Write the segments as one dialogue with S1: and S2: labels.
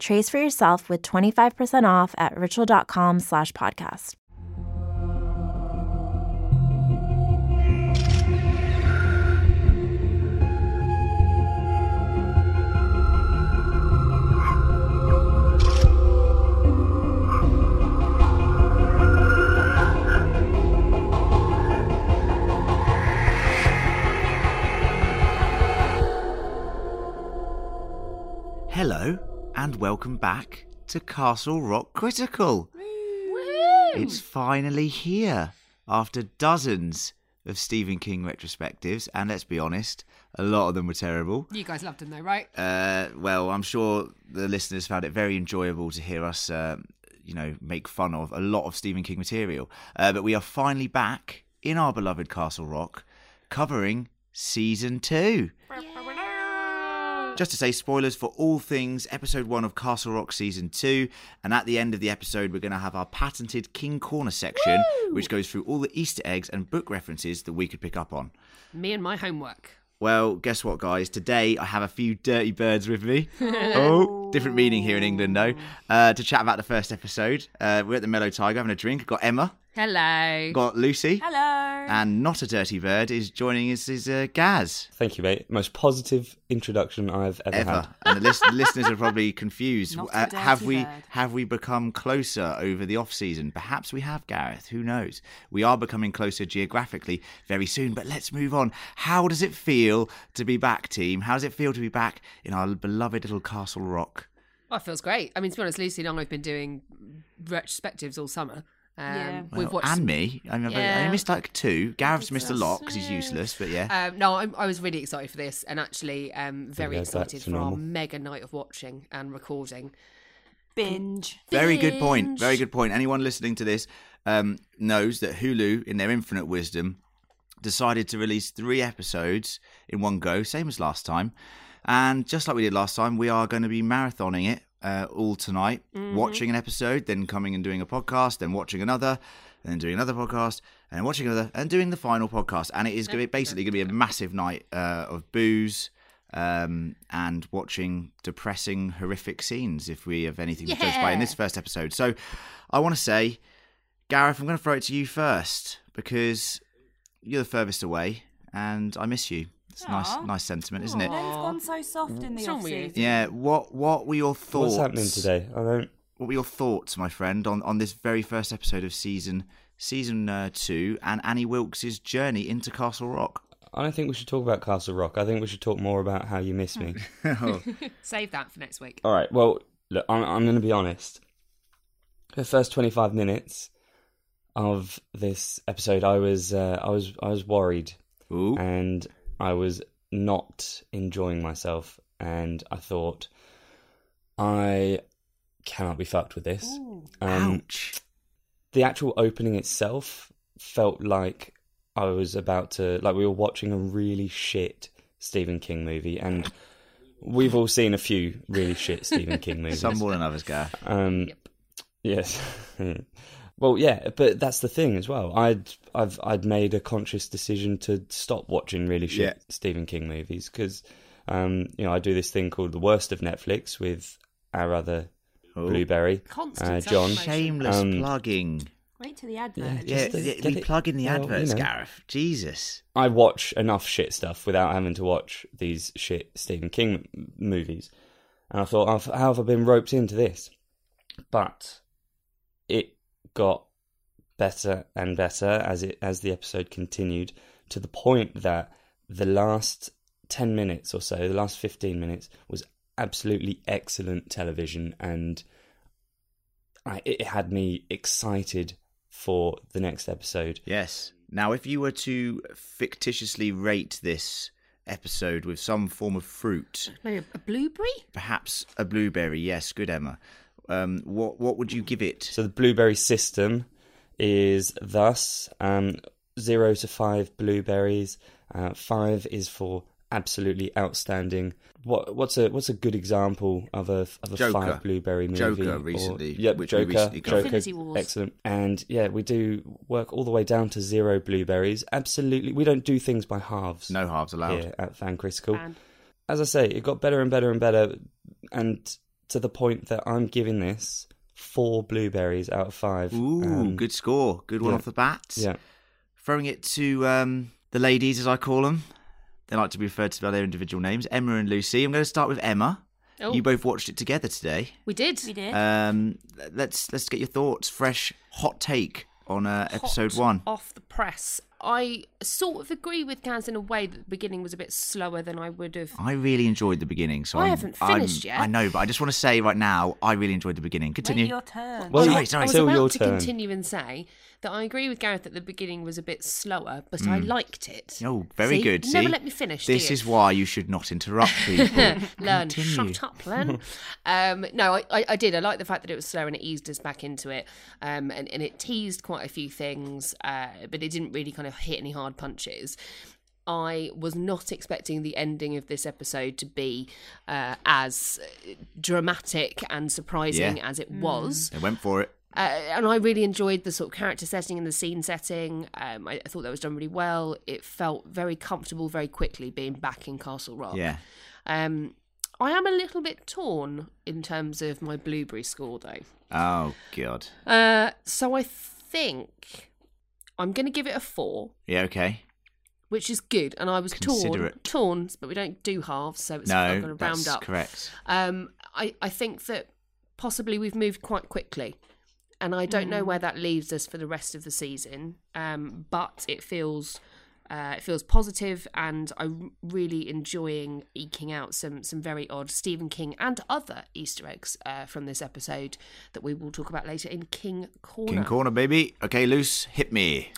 S1: Trace for yourself with 25% off at ritual.com slash podcast.
S2: Hello and welcome back to Castle Rock Critical. It's finally here after dozens of Stephen King retrospectives, and let's be honest, a lot of them were terrible.
S3: You guys loved him though, right?
S2: Uh, well, I'm sure the listeners found it very enjoyable to hear us, uh, you know, make fun of a lot of Stephen King material. Uh, but we are finally back in our beloved Castle Rock, covering season two. Just to say, spoilers for all things episode one of Castle Rock season two. And at the end of the episode, we're going to have our patented King Corner section, which goes through all the Easter eggs and book references that we could pick up on.
S3: Me and my homework.
S2: Well, guess what, guys? Today I have a few dirty birds with me. oh, different meaning here in England, though. Uh, to chat about the first episode, uh, we're at the Mellow Tiger having a drink. I've got Emma,
S3: Hello.
S2: got Lucy. Hello. And not a dirty bird is joining us is uh, Gaz.
S4: Thank you, mate. Most positive introduction I've ever,
S2: Ever
S4: had.
S2: and the list- listeners are probably confused. Uh,
S5: Not a dirty
S2: have we
S5: bird.
S2: have we become closer over the off season? Perhaps we have, Gareth. Who knows? We are becoming closer geographically very soon. But let's move on. How does it feel to be back, team? How does it feel to be back in our beloved little Castle Rock?
S3: Oh, it feels great. I mean, to be honest, Lucy and I have been doing retrospectives all summer. Um,
S5: Yeah.
S3: We've
S2: Well,
S3: watched.
S2: and me. I mean, I've only- I only
S3: Yeah.
S2: missed like two. Gareth's missed a lot because he's useless. But yeah,
S3: um, no, I'm, I was really excited for this, and actually, um, very
S4: go back
S3: excited
S4: to
S3: for our
S4: normal.
S3: mega night of watching and recording.
S5: Binge.
S2: Very good point. Very good point. Anyone listening to this um, knows that Hulu, in their infinite wisdom, decided to release three episodes in one go, same as last time. And just like we did last time, we are going to be marathoning it uh, all tonight, watching an episode, then coming and doing a podcast, then watching another, and then doing another podcast, and then watching another, and doing the final podcast. And it is going to be basically going to be a massive night uh, of booze. Um, and watching depressing, horrific scenes if we have anything to judge by in
S3: Yeah.
S2: this first episode. So, I want to say, Gareth, I'm going to throw it to you first because you're the furthest away, and I miss you. It's a nice,
S5: Aw.
S2: nice sentiment, isn't it?
S5: Len's gone so soft in the
S3: What's wrong
S5: off
S3: with you?
S5: season.
S2: Yeah. What What were your thoughts?
S4: What's happening today? I don't.
S2: What were your thoughts, my friend, on on this very first episode of season season uh, two and Annie Wilkes' journey into Castle Rock?
S4: I don't think we should talk about Castle Rock. I think we should talk more about how you miss me.
S2: Oh.
S3: Save that for next week.
S4: All right. Well, look, I'm, I'm going to be honest. The first 25 minutes of this episode, I was, uh, I was, I was worried,
S2: Ooh.
S4: and I was not enjoying myself, and I thought, I cannot be fucked with this. Um,
S2: Ouch.
S4: the actual opening itself felt like I was about to like we were watching a really shit Stephen King movie and we've all seen a few really shit Stephen King movies.
S2: Some more than others, Gareth.
S4: Um,
S3: Yep.
S4: Yes. well, yeah, but that's the thing as well. I'd I've I'd made a conscious decision to stop watching really shit
S2: Yeah.
S4: Stephen King movies because um, you know I do this thing called the worst of Netflix with our other
S2: Oh.
S4: blueberry
S3: Constant
S4: uh, John.
S3: self-promotion.
S2: Shameless
S4: Um,
S2: plugging.
S5: Wait till the advert.
S4: Yeah,
S2: Yeah,
S4: Just to
S2: yeah,
S4: get
S2: we
S4: it-
S2: plug in the
S4: well, you
S2: adverts,
S4: know.
S2: Gareth. Jesus.
S4: I watch enough shit stuff without having to watch these shit Stephen King m- movies. And I thought, "I've- how have I been roped into this? But it got better and better as it as the episode continued to the point that the last 10 minutes or so, the last 15 minutes was absolutely excellent television and I, it had me excited for the next episode.
S2: Yes. Now, if you were to fictitiously rate this episode with some form of fruit,
S3: Maybe a blueberry?
S2: perhaps a blueberry, yes, good Emma. Um, what what would you give it?
S4: So the blueberry system is thus um, zero to five blueberries. Uh, five is for absolutely outstanding. What what's a what's a good example of a of a
S2: Joker.
S4: five blueberry movie?
S2: Joker
S4: or-
S2: recently,
S4: yep,
S2: which we
S4: Joker,
S2: recently
S4: Joker,
S2: covered.
S5: Infinity Wars.
S4: excellent. And yeah, we do work all the way down to zero blueberries. Absolutely, we don't do things by halves.
S2: No halves allowed.
S4: Here at Fan Critical,
S3: And
S4: as I say, it got better and better and better, and to the point that I'm giving this four blueberries out of five.
S2: Ooh,
S4: Um,
S2: good score. Good one
S4: yeah.
S2: off the bat.
S4: Yeah,
S2: Throwing it to um, the ladies, as I call them. They like to be referred to by their individual names Emma and Lucy. I'm going to start with Emma.
S3: oh,
S2: You both watched it together today.
S3: we did.
S5: We did.
S2: Um, let's let's get your thoughts. Fresh, hot take on uh, episode
S3: hot
S2: one.
S3: off the press. I sort of agree with Gans in a way that the beginning was a bit slower than I would have.
S2: I really enjoyed the beginning. So
S3: I
S2: I'm-
S3: haven't
S2: I'm-
S3: finished yet.
S2: I know, but I just want to say right now, I really enjoyed the beginning. Continue.
S5: Wait your turn.
S4: Well,
S3: I-
S2: sorry, sorry.
S3: I was
S4: Phil,
S3: about
S4: your
S3: to
S4: turn.
S3: continue and say that I agree with Gareth that the beginning was a bit slower, but I liked it.
S2: Hmm. Oh, very
S3: See?
S2: good.
S3: You Never
S2: see?
S3: let me finish. do
S2: This
S3: you?
S2: is why you should not interrupt people.
S3: learn.
S2: Continue.
S3: Shut up, learn. um, no, I, I, I did. I like the fact that it was slow and it eased us back into it. Um, and, and it teased quite a few things, uh, but it didn't really kind of hit any hard punches. I was not expecting the ending of this episode to be uh, as dramatic and surprising
S2: Yeah.
S3: as it was
S2: they went for it.
S3: uh, and I really enjoyed the sort of character setting and the scene setting. Um, I, I thought that was done really well. It felt very comfortable very quickly being back in Castle Rock.
S2: Yeah.
S3: Um, I am a little bit torn in terms of my blueberry score though.
S2: Oh god.
S3: Uh, so I think I'm going to give it a four,
S2: Yeah. Okay.
S3: which is good. And I was torn,
S2: Considerate.
S3: torn, but we don't do halves, so it's I'm
S2: No,
S3: going to round
S2: that's
S3: up.
S2: correct.
S3: Um, I, I think that possibly we've moved quite quickly. And I don't
S2: Hmm.
S3: know where that leaves us for the rest of the season. Um, but it feels uh, it feels positive and I'm really enjoying eking out some some very odd Stephen King and other Easter eggs uh, from this episode that we will talk about later in King Corner.
S2: King corner, baby. Okay, loose. Hit me.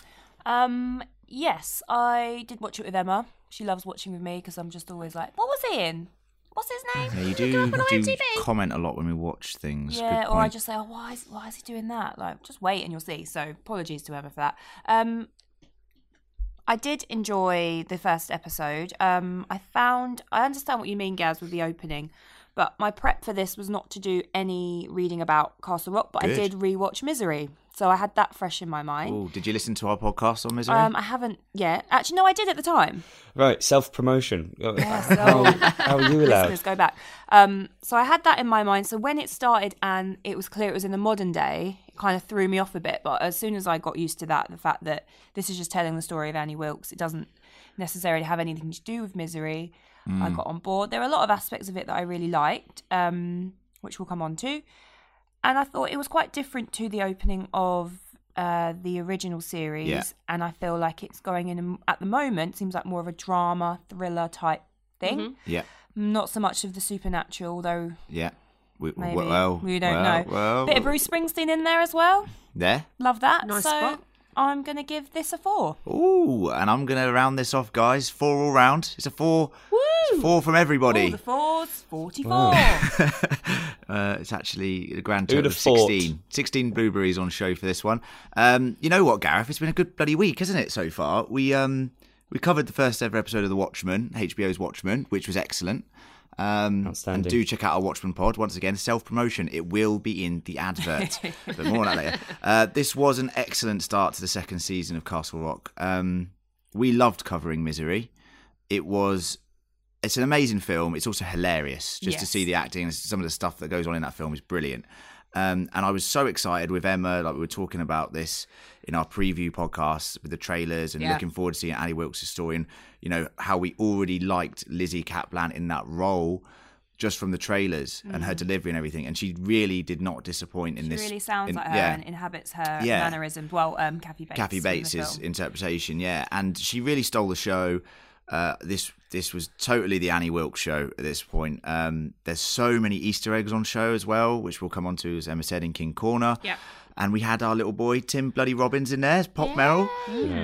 S5: Um, yes, I did watch it with Emma. She loves watching with me because I'm just always like, what was he in? What's his name?
S2: Yeah, you
S5: Look it
S2: do,
S5: up on
S2: do
S5: IMDb."
S2: comment a lot when we watch things.
S5: Yeah,
S2: Good
S5: or I
S2: point.
S5: just say, oh, why is why is he doing that? Like, just wait and you'll see. So, apologies to Emma for that. Um, I did enjoy the first episode. Um, I found I understand what you mean, Gaz, with the opening, but my prep for this was not to do any reading about Castle Rock, but
S2: Good.
S5: I did rewatch Misery, so I had that fresh in my mind.
S2: Ooh, did you listen to our podcast on misery?
S5: Um, I haven't yet. Actually, no, I did at the time.
S4: right. Self promotion. how,
S5: so-
S2: Oh.
S4: how are you allowed?
S5: Listeners, go back. Um, so I had that in my mind. So when it started and it was clear it was in the modern day, it kind of threw me off a bit. But as soon as I got used to that, the fact that this is just telling the story of Annie Wilkes, it doesn't necessarily have anything to do with misery. I got on board. There are a lot of aspects of it that I really liked, um, which we'll come on to. And I thought it was quite different to the opening of uh, the original series.
S2: Yeah.
S5: And I feel like it's going in a- at the moment, seems like more of a drama, thriller type thing
S2: yeah,
S5: not so much of the supernatural though
S2: yeah. We,
S5: maybe
S2: well,
S5: we don't
S2: well,
S5: know
S2: Well,
S5: bit of bruce springsteen in there as well
S2: there.
S5: love that
S3: Nice
S5: so
S3: spot.
S5: i'm gonna give this a four
S2: Ooh, and I'm gonna round this off, guys. Four all round. It's a four. It's a four from
S5: all
S2: everybody.
S5: the fours 44
S2: Uh, it's actually a grand
S4: Who'd
S2: total of
S4: have thought?
S2: 16. 16 blueberries on show for this one. Um, you know what, Gareth? It's been a good bloody week, hasn't it, so far? We um, we covered the first ever episode of The Watchmen, HBO's Watchmen, which was excellent. Um, and
S4: Outstanding.
S2: do check out our Watchmen pod. Once again, self promotion. It will be in the advert. but more on that later. Uh, this was an excellent start to the second season of Castle Rock. Um, we loved covering Misery. It was it's an amazing film. It's also hilarious just to
S5: Yes.
S2: see the acting and some of the stuff that goes on in that film is brilliant. Um, and I was so excited with Emma, like we were talking about this in our preview podcast with the trailers and
S3: Yeah.
S2: looking forward to seeing Ali Wilkes' story and, you know, how we already liked Lizzie Kaplan in that role just from the trailers and her delivery and everything. And she really did not disappoint in
S5: Mm. she
S2: this.
S5: really sounds
S2: in-
S5: like her
S2: yeah.
S5: and inhabits her
S2: Yeah.
S5: mannerisms well um kathy bates
S2: Kathy
S5: in the
S2: Bates'
S5: film.
S2: interpretation, yeah, and she really stole the show. Uh, this this was totally the Annie Wilkes show at this point. Um, there's so many Easter eggs on show as well, which we'll come on to as Emma said in King Corner.
S3: Yeah.
S2: and we had our little boy Tim Bloody Robbins in there, Pop Merrill.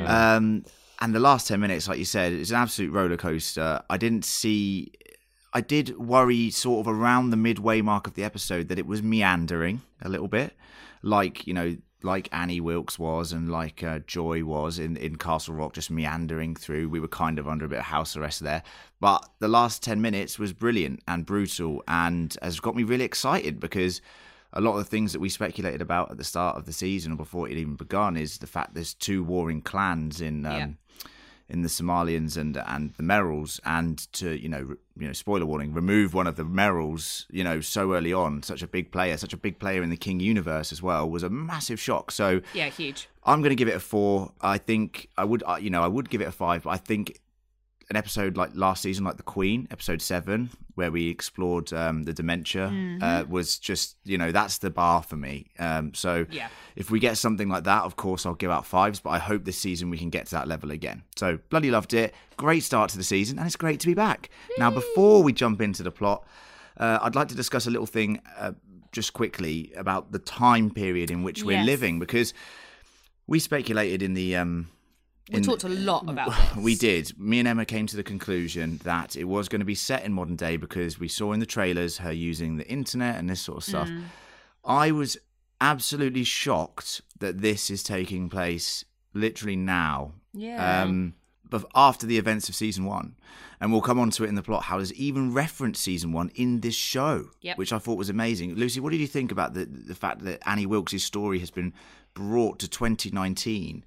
S2: Um, and the last ten minutes, like you said, it's an absolute roller coaster. I didn't see. I did worry sort of around the midway mark of the episode that it was meandering a little bit, like you know like Annie Wilkes was and like uh, Joy was in, in Castle Rock, just meandering through. We were kind of under a bit of house arrest there. But the last 10 minutes was brilliant and brutal and has got me really excited because a lot of the things that we speculated about at the start of the season or before it even begun is the fact there's two warring clans in. Um,
S3: Yeah.
S2: In the Somalians and and the Merrills, and to you know re- you know spoiler warning, remove one of the Merrills, you know so early on, such a big player, such a big player in the King universe as well, was a massive shock. So
S3: Yeah, huge.
S2: I'm going to give it a four. I think I would, uh, you know, I would give it a five, but I think an episode like last season, like The Queen, episode seven, where we explored um, the dementia, uh, was just, you know, that's the bar for me. Um, so
S3: Yeah.
S2: if we get something like that, of course, I'll give out fives, but I hope this season we can get to that level again. So bloody loved it. Great start to the season, and it's great to be back. Now, before we jump into the plot, uh, I'd like to discuss a little thing uh, just quickly about the time period in which we're
S5: Yes.
S2: living, because we speculated in the um
S3: We
S2: in-
S3: talked a lot about this.
S2: we did. Me and Emma came to the conclusion that it was going to be set in modern day because we saw in the trailers her using the internet and this sort of stuff.
S3: Mm.
S2: I was absolutely shocked that this is taking place literally now.
S5: Yeah.
S2: Um but after the events of season one, and we'll come on to it in the plot. How does it even reference season one in this show?
S3: Yep.
S2: Which I thought was amazing. Lucy, what did you think about the the fact that Annie Wilkes' story has been brought to 2019?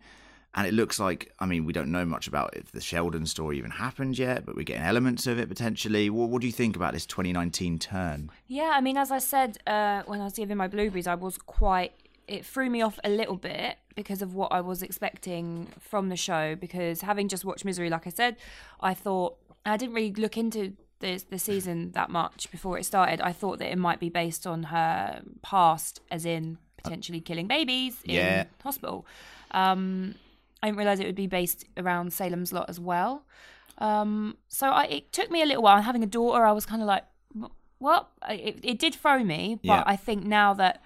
S2: And it looks like, I mean, we don't know much about if the Sheldon story even happened yet, but we're getting elements of it potentially. What, what do you think about this 2019 turn?
S5: Yeah, I mean, as I said uh, when I was giving my blueberries, I was quite. It threw me off a little bit because of what I was expecting from the show. Because having just watched Misery, like I said, I thought I didn't really look into the the season that much before it started. I thought that it might be based on her past, as in potentially killing babies in
S2: Yeah.
S5: hospital. Um, I didn't realize it would be based around Salem's Lot as well. Um, so I, it took me a little while. And having a daughter, I was kind of like, "Wh- what? I- It, it did throw me,
S2: Yeah.
S5: but I think now that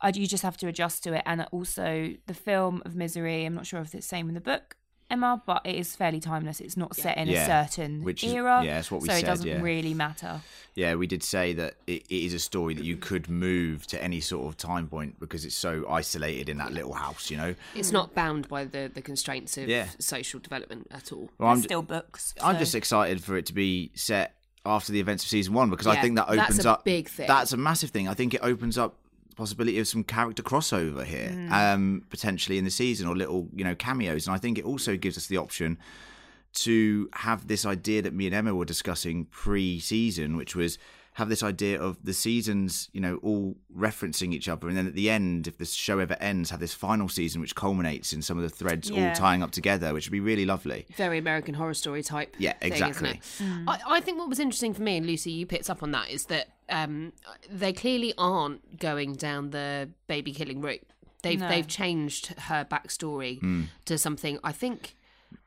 S5: I, you just have to adjust to it. And also the film of Misery, I'm not sure if it's the same in the book, Emma, but it is fairly timeless. It's not set in
S2: Yeah.
S5: a certain
S2: Which is-
S5: era.
S2: yeah, that's what we
S5: so
S2: said,
S5: it doesn't
S2: yeah.
S5: really matter.
S2: Yeah, we did say that it, it is a story that you could move to any sort of time point because it's so isolated in that little house, you know?
S3: It's not bound by the, the constraints of
S2: Yeah.
S3: social development at all.
S2: Well, I'm,
S5: There's still books.
S2: I'm
S5: so-
S2: just excited for it to be set after the events of season one because I
S3: Yeah,
S2: think that opens
S3: that's a
S2: up
S3: big thing.
S2: That's a massive thing. I think it opens up the possibility of some character crossover here,
S3: Mm.
S2: um, potentially in the season or little you know cameos. And I think it also gives us the option to have this idea that me and Emma were discussing pre-season, which was have this idea of the seasons, you know, all referencing each other, and then at the end, if the show ever ends, have this final season which culminates in some of the threads all
S5: Yeah.
S2: tying up together, which would be really lovely.
S3: very American horror story type.
S2: Yeah,
S3: thing,
S2: exactly.
S5: Mm.
S3: isn't it? I, I think what was interesting for me and Lucy, you picked up on that, is that um, they clearly aren't going down the baby killing route. They've
S5: No.
S3: they've changed her backstory
S2: Mm.
S3: to something I think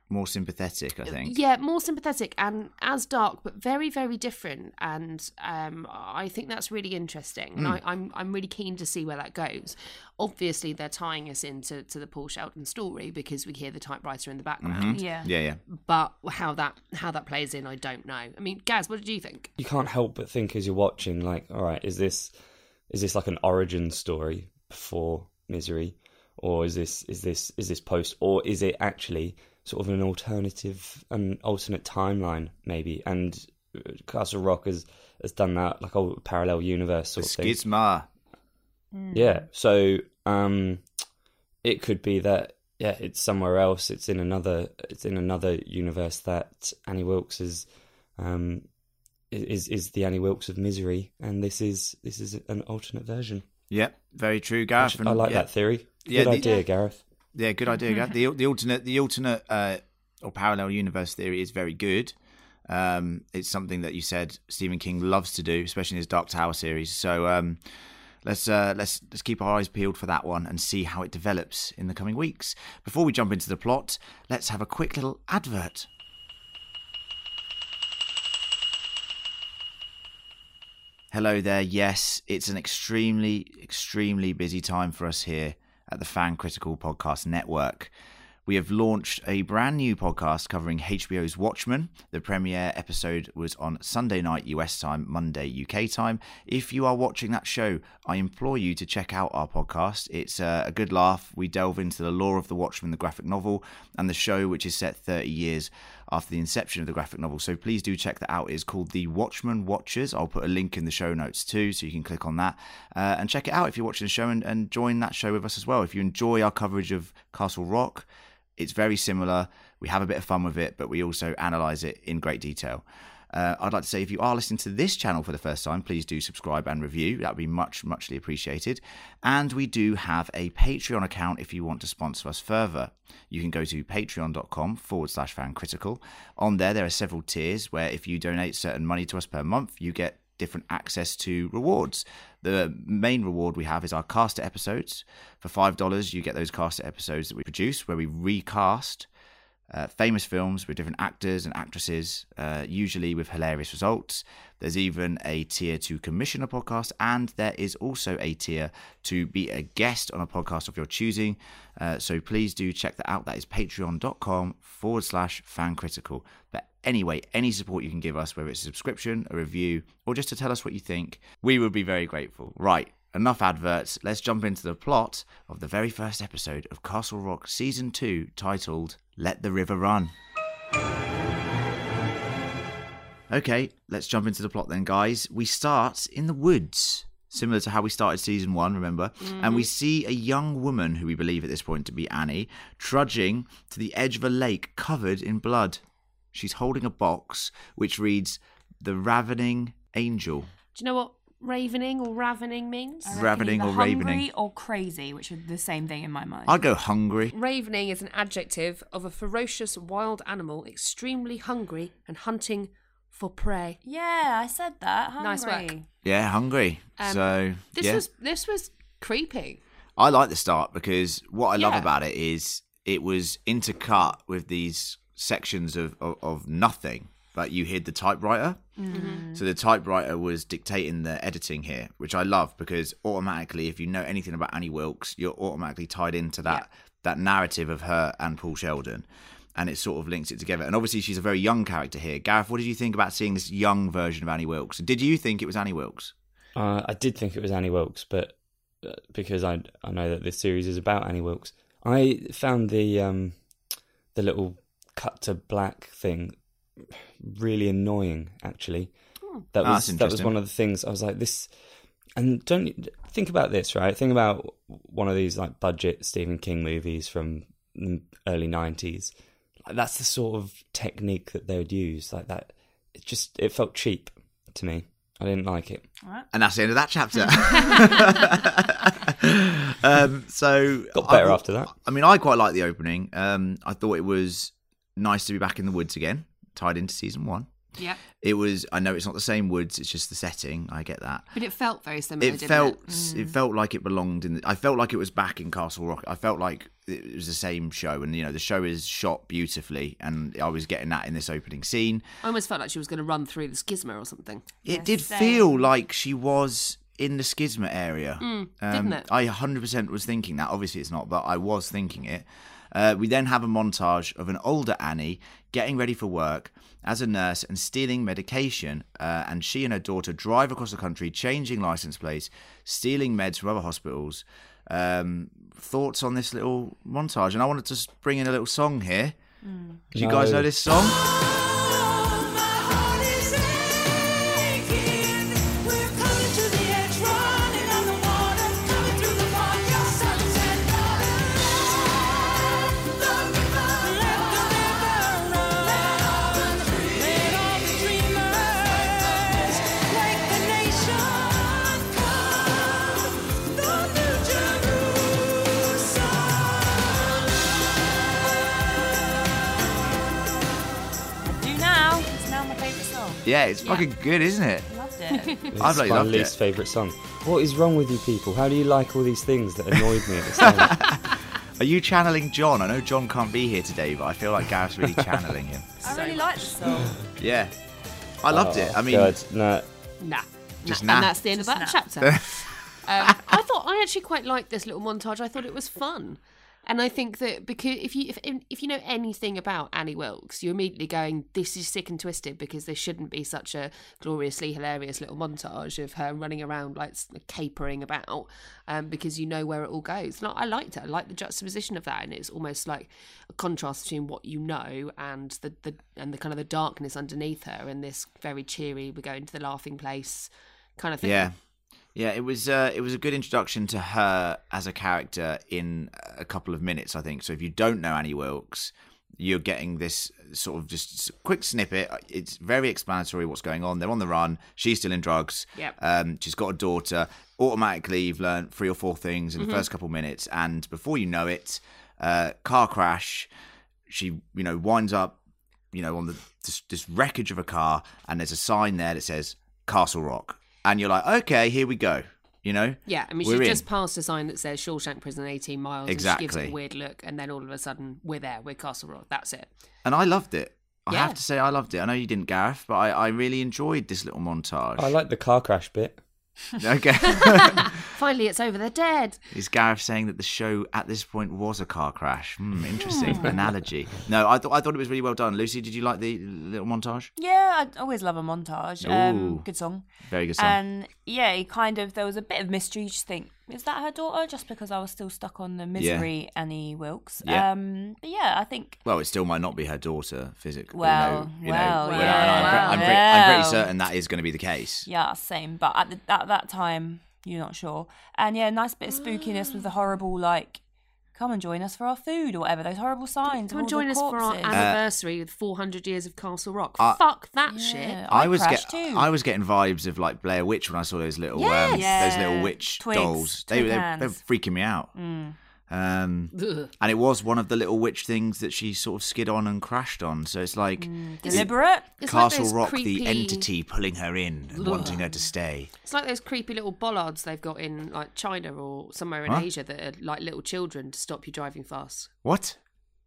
S2: More sympathetic, I think.
S3: yeah more sympathetic and as dark but very very different and um, I think that's really interesting
S2: Mm.
S3: and I, I'm I'm really keen to see where that goes. Obviously they're tying us into to the Paul Sheldon story because we hear the typewriter in the background
S5: Yeah.
S2: Yeah, yeah.
S3: but how that how that plays in, I don't know. I mean, Gaz, what did you think?
S4: you can't help but think as you're watching, like, all right, is this is this like an origin story before Misery, or is this is this is this post, or is it actually sort of an alternative, an alternate timeline maybe? And uh, Castle Rock has has done that, like a parallel universe sort of thing.
S2: Skizma.
S4: Yeah.
S2: Mm.
S4: So um it could be that yeah, it's somewhere else, it's in another it's in another universe that Annie Wilkes is um is is the Annie Wilkes of misery and this is this is an alternate version.
S2: Yep, very true, Gareth.
S4: I like
S2: Ah, yeah,
S4: that theory. Good
S2: Yeah, the-
S4: idea, Gareth.
S2: Yeah, good idea, Gareth. The, the alternate, the alternate uh, or parallel universe theory is very good. Um, it's something that you said Stephen King loves to do, especially in his Dark Tower series. So um, let's uh, let's let's keep our eyes peeled for that one and see how it develops in the coming weeks. Before we jump into the plot, let's have a quick little advert. Hello there. Yes, it's an extremely, extremely busy time for us here at the Fan Critical Podcast Network. we have launched a brand new podcast covering HBO's Watchmen. The premiere episode was on Sunday night US time, Monday UK time. If you are watching that show, I implore you to check out our podcast. It's uh, a good laugh. We delve into the lore of the Watchmen, the graphic novel, and the show, which is set 30 years after the inception of the graphic novel. So please do check that out. It is called The Watchmen Watchers. I'll put a link in the show notes too, so you can click on that uh, and check it out if you're watching the show and, and join that show with us as well. If you enjoy our coverage of Castle Rock, it's very similar. We have a bit of fun with it, but we also analyze it in great detail. Uh, I'd like to say if you are listening to this channel for the first time, please do subscribe and review. That would be much, muchly appreciated. And we do have a Patreon account if you want to sponsor us further. You can go to patreon.com forward slash fan critical. On there, there are several tiers where if you donate certain money to us per month, you get different access to rewards. The main reward we have is our caster episodes. For $5, you get those caster episodes that we produce where we recast uh, famous films with different actors and actresses, uh, usually with hilarious results. There's even a tier to commission a podcast, and there is also a tier to be a guest on a podcast of your choosing. Uh, so please do check that out. That is patreon.com forward slash fancritical. But anyway, any support you can give us, whether it's a subscription, a review, or just to tell us what you think, we would be very grateful. Right. Enough adverts, let's jump into the plot of the very first episode of Castle Rock Season 2, titled Let the River Run. Okay, let's jump into the plot then, guys. We start in the woods, similar to how we started season one, remember? And we see a young woman, who we believe at this point to be Annie, trudging to the edge of a lake covered in blood. She's holding a box which reads, The Ravening Angel.
S3: Do you know what ravening or ravening means?
S5: I reckon
S2: Ravening
S5: either
S2: or ravening?
S5: hungry or crazy, which are the same thing in my mind.
S2: I'd go hungry.
S3: Ravening is an adjective of a ferocious wild animal extremely hungry and hunting for prey.
S5: yeah, I said that. Hungry.
S3: Nice work.
S2: Yeah, hungry.
S3: Um,
S2: so
S3: This
S2: yeah.
S3: was this was creepy.
S2: I like the start because what I love
S3: Yeah.
S2: about it is it was intercut with these sections of, of, of nothing. Like you heard the typewriter.
S3: Mm.
S2: So the typewriter was dictating the editing here, which I love because automatically, if you know anything about Annie Wilkes, you're automatically tied into that that narrative of her and Paul Sheldon. And it sort of links it together. And obviously, she's a very young character here. Gareth, what did you think about seeing this young version of Annie Wilkes? Did you think it was Annie Wilkes?
S4: Uh, I did think it was Annie Wilkes, but uh, because I I know that this series is about Annie Wilkes, I found the um the little cut to black thing really annoying. Actually, that
S2: Ah, that's
S4: was that was
S2: interesting.
S4: one of the things I was like this. And don't you- think about this, right? Think about one of these like budget Stephen King movies from the early nineties. That's the sort of technique that they would use. Like that, it just it felt cheap to me. I didn't like it.
S2: And that's the end of that chapter. um, so
S4: Got better
S2: I-
S4: after that.
S2: I mean, I quite like the opening. Um, I thought it was nice to be back in the woods again, tied into season one.
S5: Yep.
S2: It was. I know it's not the same woods; it's just the setting. I get that.
S3: But it felt very similar,
S2: It felt. It? felt like it belonged in. The, I felt like it was back in Castle Rock. I felt like it was the same show, and you know, the show is shot beautifully, and I was getting that in this opening scene.
S3: I almost felt like she was going to run through the schisma or something.
S2: It
S5: Yeah,
S2: did
S5: same.
S2: feel like she was in the schisma area. Um,
S3: didn't it?
S2: I 100% was thinking that. Obviously, it's not, but I was thinking it. Uh, we then have a montage of an older Annie getting ready for work as a nurse and stealing medication. Uh, and she and her daughter drive across the country, changing license plates, stealing meds from other hospitals. Um, thoughts on this little montage? And I wanted to s- bring in a little song here. Do you guys
S4: No.
S2: know this song?
S5: Do now. It's now my favourite song.
S2: Yeah, it's fucking good, isn't it?
S5: Loved it.
S2: I've
S4: It's
S2: like
S4: my
S2: loved
S4: least
S2: it.
S4: favourite song. What is wrong with you people? How do you like all these things that annoyed me at the time?
S2: Are you channeling John? I know John can't be here today, but I feel like Gareth's really channeling him.
S5: I really liked the song.
S2: Yeah. I loved it. I mean,
S4: God, no,
S3: Nah.
S2: Just
S3: nah.
S2: nah.
S3: And that's the end of that
S5: Just
S3: chapter. um, I thought I actually quite liked this little montage. I thought it was fun. And I think that because if you if if you know anything about Annie Wilkes, you're immediately going, "This is sick and twisted," because there shouldn't be such a gloriously hilarious little montage of her running around like s- capering about, um, because you know where it all goes. And I I liked it. I liked the juxtaposition of that, and it's almost like a contrast between what you know and the, the and the kind of the darkness underneath her, and this very cheery, we're going to the laughing place kind of thing.
S2: Yeah. Yeah, it was uh, it was a good introduction to her as a character in a couple of minutes, I think. So if you don't know Annie Wilkes, you're getting this sort of just s- quick snippet. It's very explanatory what's going on. They're on the run. She's still in drugs.
S3: Yep.
S2: Um, she's got a daughter. Automatically, you've learned three or four things in the first couple of minutes, and before you know it, uh, car crash. She, you know, winds up, you know, on the this, this wreckage of a car, and there's a sign there that says Castle Rock, and you're like, okay, here we go. You know,
S3: Yeah, I mean,
S2: We're
S3: she's
S2: in.
S3: just passed a sign that says Shawshank Prison, 18 miles. And she gives it
S2: Exactly.
S3: a weird look, and then all of a sudden, we're there. We're Castle Rock. That's it.
S2: and I loved it. I
S3: Yeah.
S2: have to say, I loved it. I know you didn't, Gareth, but I, I really enjoyed this little montage.
S4: I like the car crash bit.
S2: okay.
S3: Finally, it's over. They're dead.
S2: Is Gareth saying that the show at this point was a car crash? Hmm, interesting analogy. No, I thought I thought it was really well done. Lucy, did you like the little montage?
S5: Yeah, I always love a montage. Um,
S2: Ooh.
S5: good song.
S2: Very good song.
S3: Um,
S5: And yeah, it kind of there was a bit of mystery. You just think, is that her daughter? Just because I was still stuck on the misery Annie Wilkes.
S2: Yeah.
S5: Um, but yeah, I think
S2: well, it still might not be her daughter physically.
S5: Well,
S2: you know, you
S5: well,
S2: know,
S3: yeah.
S2: and I'm, pre-
S3: Wow.
S2: I'm, pre- I'm pretty
S5: Well.
S2: certain that is going to be the case.
S5: yeah, same. But at, the, at that time, you're not sure. And yeah, nice bit of spookiness with the horrible like, come and join us for our food or whatever. Those horrible signs.
S3: Come
S5: of
S3: and
S5: all the
S3: join us for our
S5: corpses.
S2: Uh,
S3: anniversary with 400 years of Castle Rock.
S2: I-
S3: Fuck that
S5: Yeah,
S3: shit.
S5: I,
S2: was
S5: crashed
S2: get,
S5: too.
S2: I was getting vibes of like Blair Witch when I saw those little um,
S5: Yes.
S2: those little
S5: Yeah.
S2: witch
S5: Twigs,
S2: dolls. They,
S5: twig
S2: they, they were
S5: hands.
S2: freaking me out. Um,
S3: Ugh.
S2: and it was one of the little witch things that she sort of skid on and crashed on. So it's like
S5: deliberate.
S3: It's like
S2: Castle
S3: those
S2: Rock,
S3: creepy-
S2: the entity pulling her in and wanting her to stay.
S3: It's like those creepy little bollards they've got in like China or somewhere in
S2: Huh?
S3: Asia that are like little children to stop you driving fast.
S2: What?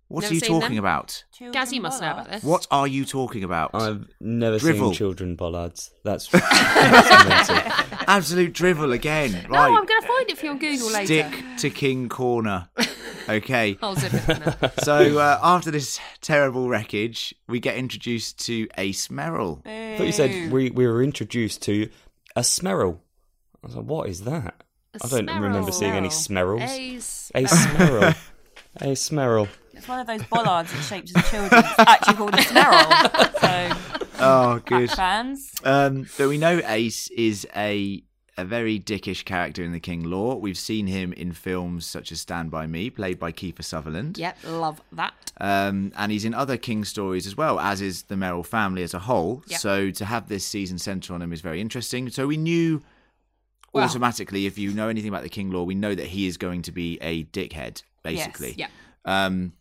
S2: What
S3: Never
S2: are you
S3: seen them?
S2: talking about?
S5: Children
S3: Gaz, you must know about
S5: bollards.
S3: this.
S2: What are you talking about?
S4: I've never
S2: Drivel.
S4: seen children bollards. That's that's amazing.
S2: Absolute drivel again. Right.
S3: No, I'm going to find it for you on Google
S2: Stick
S3: later.
S2: to King Corner. Okay.
S3: I'll zip it for now.
S2: so uh, after this terrible wreckage, we get introduced to Ace Merrill.
S4: I thought you said we, we were introduced to a smeril. I was like, what is that?
S3: A
S4: I don't remember
S3: smeril.
S4: seeing any smerils.
S3: Ace.
S4: A smeril. A smeril.
S5: It's one of those bollards that's shaped as children. It's actually called a smeril.
S2: Oh, good.
S5: So, fans.
S2: Um, but we know Ace is a a very dickish character in the King Law. We've seen him in films such as Stand by Me, played by Kiefer Sutherland.
S3: Yep, love that.
S2: Um, and he's in other King stories as well, as is the Merrill family as a whole.
S3: Yeah.
S2: So to have this season centre on him is very interesting. So we knew
S3: Well-
S2: automatically, if you know anything about the King Law, we know that he is going to be a dickhead, basically.
S3: Yeah.
S2: Um,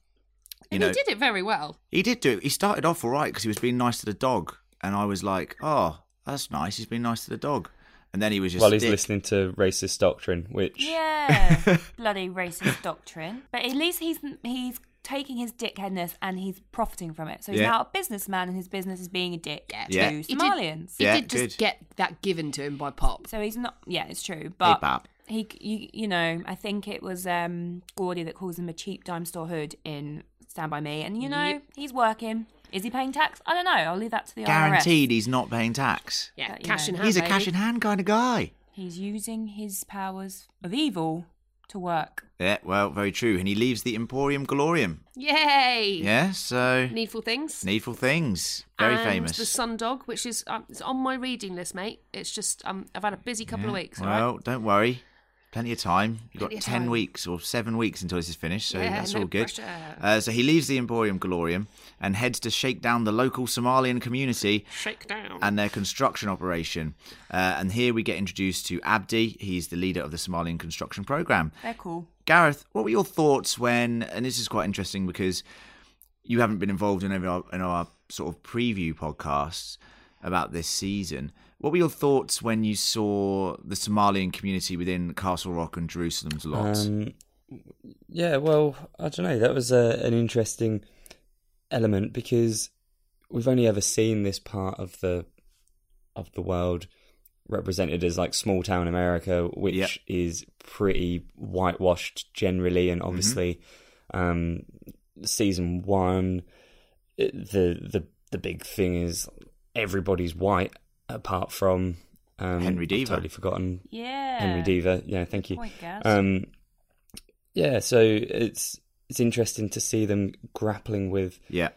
S2: you
S3: And
S2: know,
S3: he did it very well.
S2: he did do it. He started off all right because he was being nice to the dog, and I was like, "Oh, that's nice. He's being nice to the dog." And then he was just
S4: While
S2: a
S4: he's
S2: dick.
S4: listening to racist doctrine, which
S5: Yeah, bloody racist doctrine. But at least he's he's taking his dickheadness and he's profiting from it. So he's
S2: Yeah.
S5: now a businessman, and his business is being a dick
S2: Yeah.
S5: to
S2: He
S3: did-
S5: Somalians.
S3: He
S2: Yeah,
S3: did
S2: good.
S3: just get that given to him by Pop.
S5: So he's not. Yeah, it's true. But
S2: Bab.
S5: he, you, you know, I think it was um Gordy that calls him a cheap dime store hood in Stand by Me, and you know
S3: Yep.
S5: he's working. Is he paying tax? I don't know. I'll leave that to the IRS.
S2: Guaranteed, he's not paying tax.
S3: Yeah,
S5: But, you
S3: cash
S5: know.
S3: in hand.
S2: He's a
S3: baby.
S2: cash in hand kind of guy.
S5: He's using his powers of evil to work.
S2: Yeah, well, very true. And he leaves the Emporium Glorium.
S3: Yay!
S2: Yeah, so
S3: Needful things.
S2: needful things. Very
S3: and
S2: famous.
S3: The Sundog, which is um, it's on my reading list, mate. It's just um, I've had a busy couple of
S2: Yeah,
S3: weeks. all right?
S2: Well, don't worry. Plenty of time. You've got
S3: Plenty of
S2: 10
S3: time.
S2: weeks or seven weeks until this is finished, so
S3: Yeah,
S2: that's
S3: no
S2: all good.
S3: pressure.
S2: Uh, so he leaves the Emporium Glorium and heads to shake down the local Somalian community
S3: shake down.
S2: and their construction operation. Uh, and here we get introduced to Abdi. He's the leader of the Somalian construction program.
S5: They're cool.
S2: Gareth, what were your thoughts when? And this is quite interesting because you haven't been involved in any of our, in our sort of preview podcasts about this season. What were your thoughts when you saw the Somalian community within Castle Rock and Jerusalem's lot?
S4: Um, yeah, well, I don't know. That was a, an interesting element because we've only ever seen this part of the of the world represented as like small town America, which
S2: Yep. Mm-hmm.
S4: is pretty whitewashed generally, and obviously Um, season one, it- the the the big thing is everybody's white apart from um,
S2: Henry
S4: I've
S2: Deaver.
S4: totally forgotten
S5: Yeah.
S4: Henry Deaver. Yeah, thank you.
S5: Point, Gaz.
S4: Um, yeah, so it's it's interesting to see them grappling with
S2: Yeah.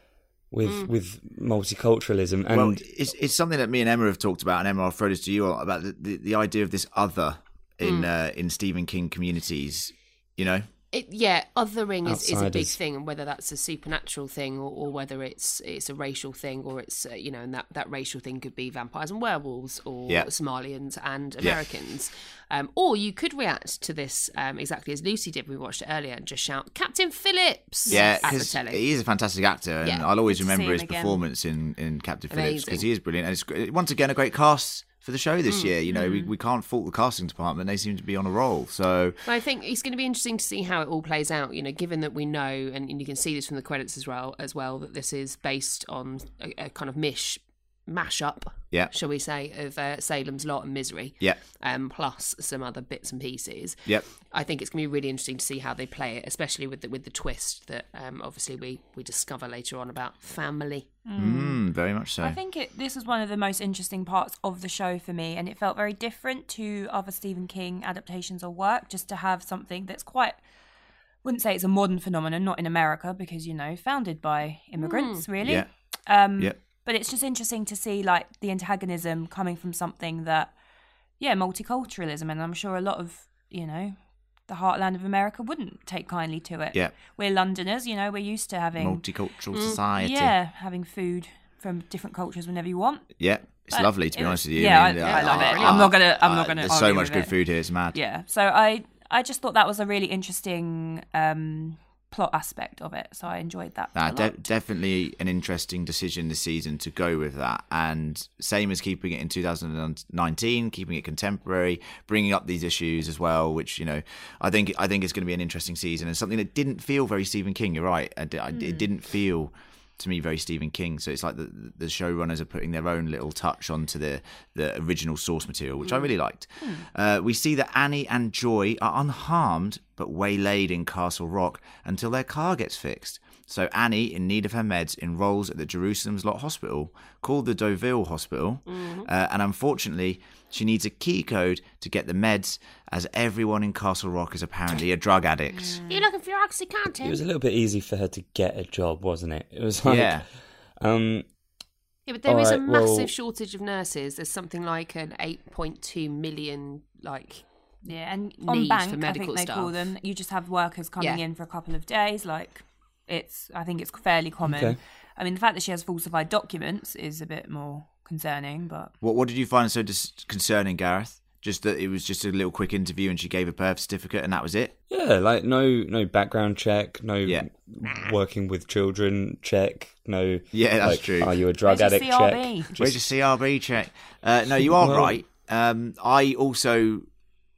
S4: with
S5: Mm.
S4: with multiculturalism and
S2: well, it's, it's something that me and Emma have talked about, and Emma, I'll throw this to you all, about the, the, the idea of this other in uh, in Stephen King communities. You know,
S3: It, yeah, othering is, is a big
S4: Outsiders.
S3: thing, and whether that's a supernatural thing or, or whether it's it's a racial thing, or it's uh, you know, and that, that racial thing could be vampires and werewolves, or
S2: Yeah.
S3: Somalians and
S2: Yeah.
S3: Americans, um, or you could react to this um, exactly as Lucy did. We watched it earlier and just shout "Captain Phillips!"
S2: yeah,
S3: at the
S2: because
S3: telly.
S2: he is a fantastic actor, and
S3: Yeah.
S2: I'll always
S5: Good to see
S2: remember
S5: him
S2: his
S5: again.
S2: performance in in Captain Phillips because
S3: Amazing.
S2: he is brilliant, and it's gr- once again a great cast for the show
S5: Mm,
S2: this year. You know, we, we can't fault the casting department; they seem to be on a roll. So
S3: But I think it's going to be interesting to see how it all plays out. You know, given that we know, and, and you can see this from the credits as well, as well that this is based on a, a kind of mish, mashup,
S2: yeah,
S3: shall we say, of uh, Salem's Lot and Misery,
S2: yeah,
S3: um, plus some other bits and pieces.
S2: yep.
S3: I think it's going to be really interesting to see how they play it, especially with the, with the twist that um, obviously we we discover later on about family.
S2: Mm, very much so.
S5: I think it, this was one of the most interesting parts of the show for me, and it felt very different to other Stephen King adaptations or work. Just to have something that's quite, wouldn't say it's a modern phenomenon, not in America because you know founded by immigrants, really.
S2: Yeah.
S5: Um,
S2: Yeah.
S5: But it's just interesting to see like the antagonism coming from something that, yeah, multiculturalism, and I'm sure a lot of you know the heartland of America wouldn't take kindly to it.
S2: Yeah.
S5: We're Londoners, you know, we're used to having
S2: Multicultural society.
S5: Mm, yeah, having food from different cultures whenever you want.
S2: Yeah, it's
S5: But
S2: lovely to be
S5: it-
S2: honest with you.
S5: yeah,
S2: mean,
S5: I- I love it. I'm not gonna- I'm not gonna
S2: There's so
S5: argue
S2: much
S5: with
S2: good
S5: it.
S2: food here. It's mad.
S5: Yeah. So I I just thought that was a really interesting um, plot aspect of it. So I enjoyed that.
S2: Nah,
S5: a
S2: de-
S5: lot.
S2: definitely an interesting decision this season to go with that, and same as keeping it in 2019, keeping it contemporary, bringing up these issues as well. Which you know, I think I think it's going to be an interesting season and something that didn't feel very Stephen King. You're right, I di- I- it didn't feel to me very Stephen King. So it's like the, the showrunners are putting their own little touch onto the the original source material, which I really liked. Uh, we see that Annie and Joy are unharmed but waylaid in Castle Rock until their car gets fixed. So Annie, in need of her meds, enrolls at the Jerusalem's Lot Hospital, called the Deauville Hospital, uh, and unfortunately, she needs a key code to get the meds, as everyone in Castle Rock is apparently a drug addict.
S3: You're looking for your Oxycontin.
S4: it was a little bit easy for her to get a job, wasn't it? It was like
S2: yeah,
S4: um
S3: Yeah, but there
S4: All
S3: is a
S4: right, well-
S3: massive shortage of nurses. There's something like an 8.2 million, like
S5: yeah, and on
S3: need
S5: bank,
S3: for
S5: I think
S3: medical
S5: they call
S3: staff.
S5: them. You just have workers coming
S3: Yeah.
S5: in for a couple of days. Like it's, I think it's fairly common.
S4: Okay.
S5: I mean, the fact that she has falsified documents is a bit more concerning, but
S2: What What did you find so dis- concerning, Gareth? Just that it was just a little quick interview, and she gave a birth certificate, and that was it.
S4: yeah, like no no background check, no
S2: Yeah.
S4: working with children check, no
S2: Yeah, that's
S4: like,
S2: true.
S4: Are you a drug
S5: Where's your
S4: addict
S5: CRB?
S4: check?
S2: Where's
S4: Just-
S2: your CRB check? Uh, no, you are
S4: Well-
S2: right. Um, I also,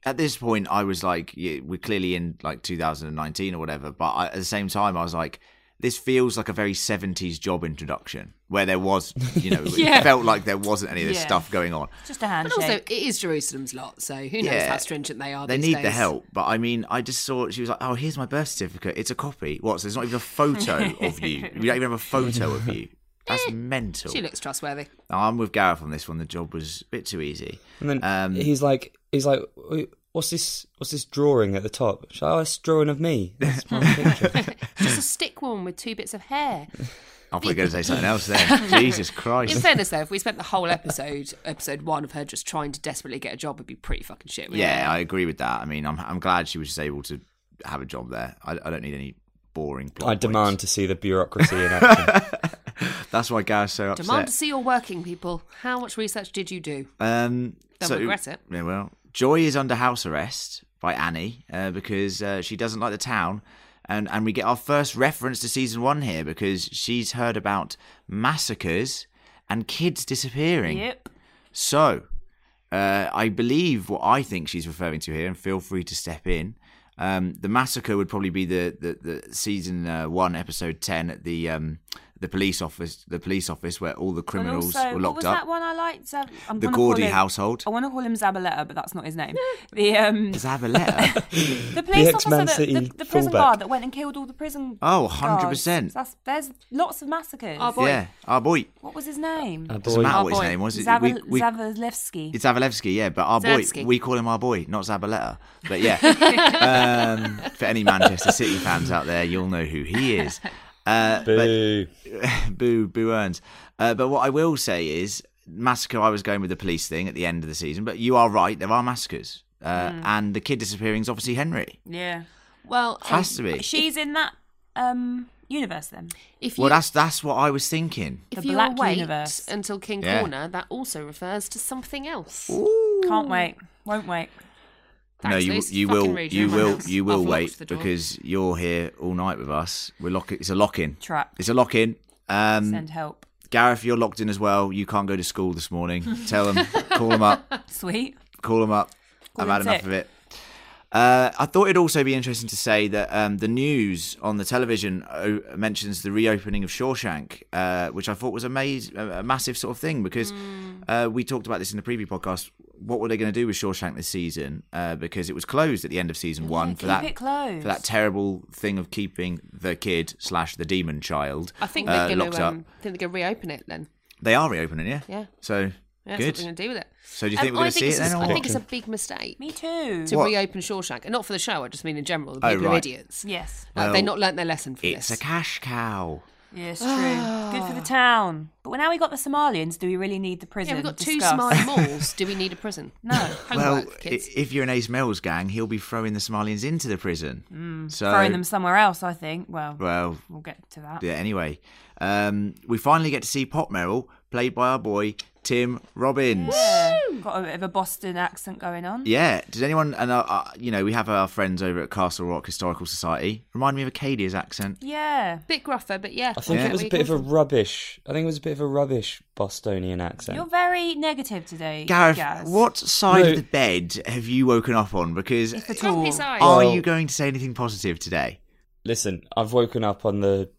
S2: at this point, I was like, yeah, we're clearly in like 2019 or whatever. But I, at the same time, I was like, this feels like a very 70s job introduction where there was, you know,
S3: Yeah.
S2: it felt like there wasn't any of this
S5: Yeah.
S2: stuff going on.
S5: just a
S3: And
S5: handshake.
S3: also, it is Jerusalem's lot, so who knows
S2: Yeah.
S3: how stringent they are.
S2: They
S3: these
S2: need the
S3: days.
S2: help, but I mean, I just saw she was like, "Oh, here's my birth certificate. It's a copy. What? So there's not even a photo of you. We don't even have a photo of you. That's mental."
S3: She looks trustworthy.
S2: I'm with Gareth on this one. The job was a bit too easy.
S4: And then
S2: Um,
S4: he's like, he's like, "Wait, what's this? What's this drawing at the top? She's like, Oh, it's a drawing of me. That's my picture.
S3: Just a stick one with two bits of hair.
S2: I thought you were going to say something else then. Jesus
S3: In
S2: Christ.
S3: fairness, though, if we spent the whole episode, episode one of her just trying to desperately get a job, it'd be pretty fucking shit. wouldn't
S2: Yeah,
S3: it?
S2: I agree with that. I mean, I'm I'm glad she was just able to have a job there. I, I don't need any boring. Plot
S4: I
S2: points.
S4: demand to see the bureaucracy in action.
S2: That's why Gareth's so upset.
S3: Demand to see your working people. How much research did you do?
S2: Um,
S3: They'll
S2: so,
S3: regret it.
S2: Yeah, well, Joy is under house arrest by Annie uh, because uh, she doesn't like the town. And, and we get our first reference to season one here because she's heard about massacres and kids disappearing.
S5: yep.
S2: So, uh, I believe what I think she's referring to here, and feel free to step in. Um, the massacre would probably be the the, the season uh, one episode ten at the um, the police office, the police office where all the
S5: And
S2: criminals
S5: also,
S2: were
S5: what
S2: locked
S5: was
S2: up.
S5: that one I liked? Zab- I'm
S2: The
S5: gonna call
S2: Gordy
S5: him-
S2: household.
S5: I want to call him Zabaleta, but that's not his name. the um,
S2: Zabaleta.
S5: the police officer,
S4: ex-Man
S5: that,
S4: City
S5: the, the prison
S4: fullback.
S5: guard that went and killed all the prison.
S2: Oh,
S5: guards.
S2: 100%.
S5: That's, there's lots of massacres.
S3: Our boy.
S2: yeah, our boy.
S5: what was his name?
S4: Our
S2: Doesn't
S4: boy,
S2: matter
S3: Our
S2: what his
S3: boy.
S2: name Uh, was. It- we-
S5: Zaval-
S2: we-
S5: Zavalevsky.
S2: It's Zavalevsky, yeah, but our boy,
S3: Zavsky.
S2: we call him our boy, not Zabaleta. But yeah, um, for any Manchester City fans out there, you'll know who he is. Uh, but,
S4: boo.
S2: boo, boo earns. Uh, but what I will say is, massacre, I was going with the police thing at the end of the season, but you are right, there are massacres. Uh,
S3: Mm.
S2: And the kid disappearing is obviously Henry.
S5: yeah.
S3: Well,
S2: Has to be.
S5: She's in that um, universe then.
S3: if you
S2: Well, that's that's what I was thinking.
S5: the
S3: if you
S5: black
S3: wait
S5: universe.
S3: until King
S2: Yeah.
S3: Corner, that also refers to something else.
S5: Can't wait. Won't wait.
S2: no,
S3: Thanks,
S2: you
S3: Liz.
S2: you
S3: Fucking
S2: will
S3: rude.
S2: you
S3: You're in my
S2: will
S3: house.
S2: you
S3: I've
S2: will
S3: locked
S2: wait
S3: the door.
S2: because you're here all night with us. We're lock it's a lock in.
S5: Trap.
S2: It's a lock in. Um,
S5: Send help.
S2: Gareth, you're locked in as well. You can't go to school this morning. Tell them, call them up,
S5: Sweet.
S2: call them up.
S5: Call
S2: I've had
S5: them
S2: enough
S5: sick.
S2: of it. Uh, I thought it'd also be interesting to say that um, the news on the television uh, mentions the reopening of Shawshank, uh, which I thought was a, maz- a a massive sort of thing because
S3: Hmm.
S2: uh, we talked about this in the preview podcast. What were they going to do with Shawshank this season? Uh, because it was closed at the end of season one for
S5: keep
S2: that
S5: it closed.
S2: for that terrible thing of keeping the kid slash the demon child.
S3: I think
S2: uh,
S3: they're going
S2: locked
S3: to
S2: up.
S3: um, I think they're going to reopen it then.
S2: They are reopening, yeah.
S3: Yeah.
S2: So
S3: Yeah, That's
S2: good.
S3: what they're going to do with it.
S2: So do you
S3: Um,
S2: think we're
S3: I
S2: going to see
S3: it's
S2: it then? Or
S3: a- I
S2: what?
S3: think it's a big mistake
S5: Me too.
S3: to
S2: What?
S3: reopen Shawshank, and not for the show. I just mean in general, the
S2: Oh,
S3: people are
S2: right.
S3: idiots.
S5: Yes.
S3: Like, they not learnt their lesson from
S2: It's
S3: this.
S2: a cash cow.
S5: Yes, true. Good for the town. But now we got the Somalians, do we really need the prison?
S3: yeah, we've got two
S5: Discuss.
S3: Somali malls. Do we need a prison?
S5: No.
S2: Well,
S3: Homework,
S2: Oh, i-
S3: kids.
S2: if you're an Ace Mills gang, he'll be throwing the Somalians into the prison. so,
S5: Hmm, Throwing them somewhere else, I think. Well,
S2: Well,
S5: we'll get to that.
S2: yeah, anyway. Um, we finally get to see Pop Merrill, played by our boy Tim Robbins.
S5: Got a bit of a Boston accent going on.
S2: Yeah. Did anyone, and uh, uh, you know, we have our friends over at Castle Rock Historical Society. Remind me of Acadia's accent.
S5: Yeah.
S3: bit gruffer, but yeah.
S4: I think
S2: Yeah.
S4: it was a
S3: we
S4: bit of a
S3: come from.
S4: rubbish. I think it was a bit of a rubbish Bostonian accent.
S5: You're very negative today,
S2: Gareth,
S5: Gaz.
S2: what side
S4: No.
S2: of the bed have you woken up on? Because
S5: If at
S3: Grumpy
S5: all.
S3: side.
S2: are
S4: Well-
S2: you going to say anything positive today?
S4: Listen, I've woken up on the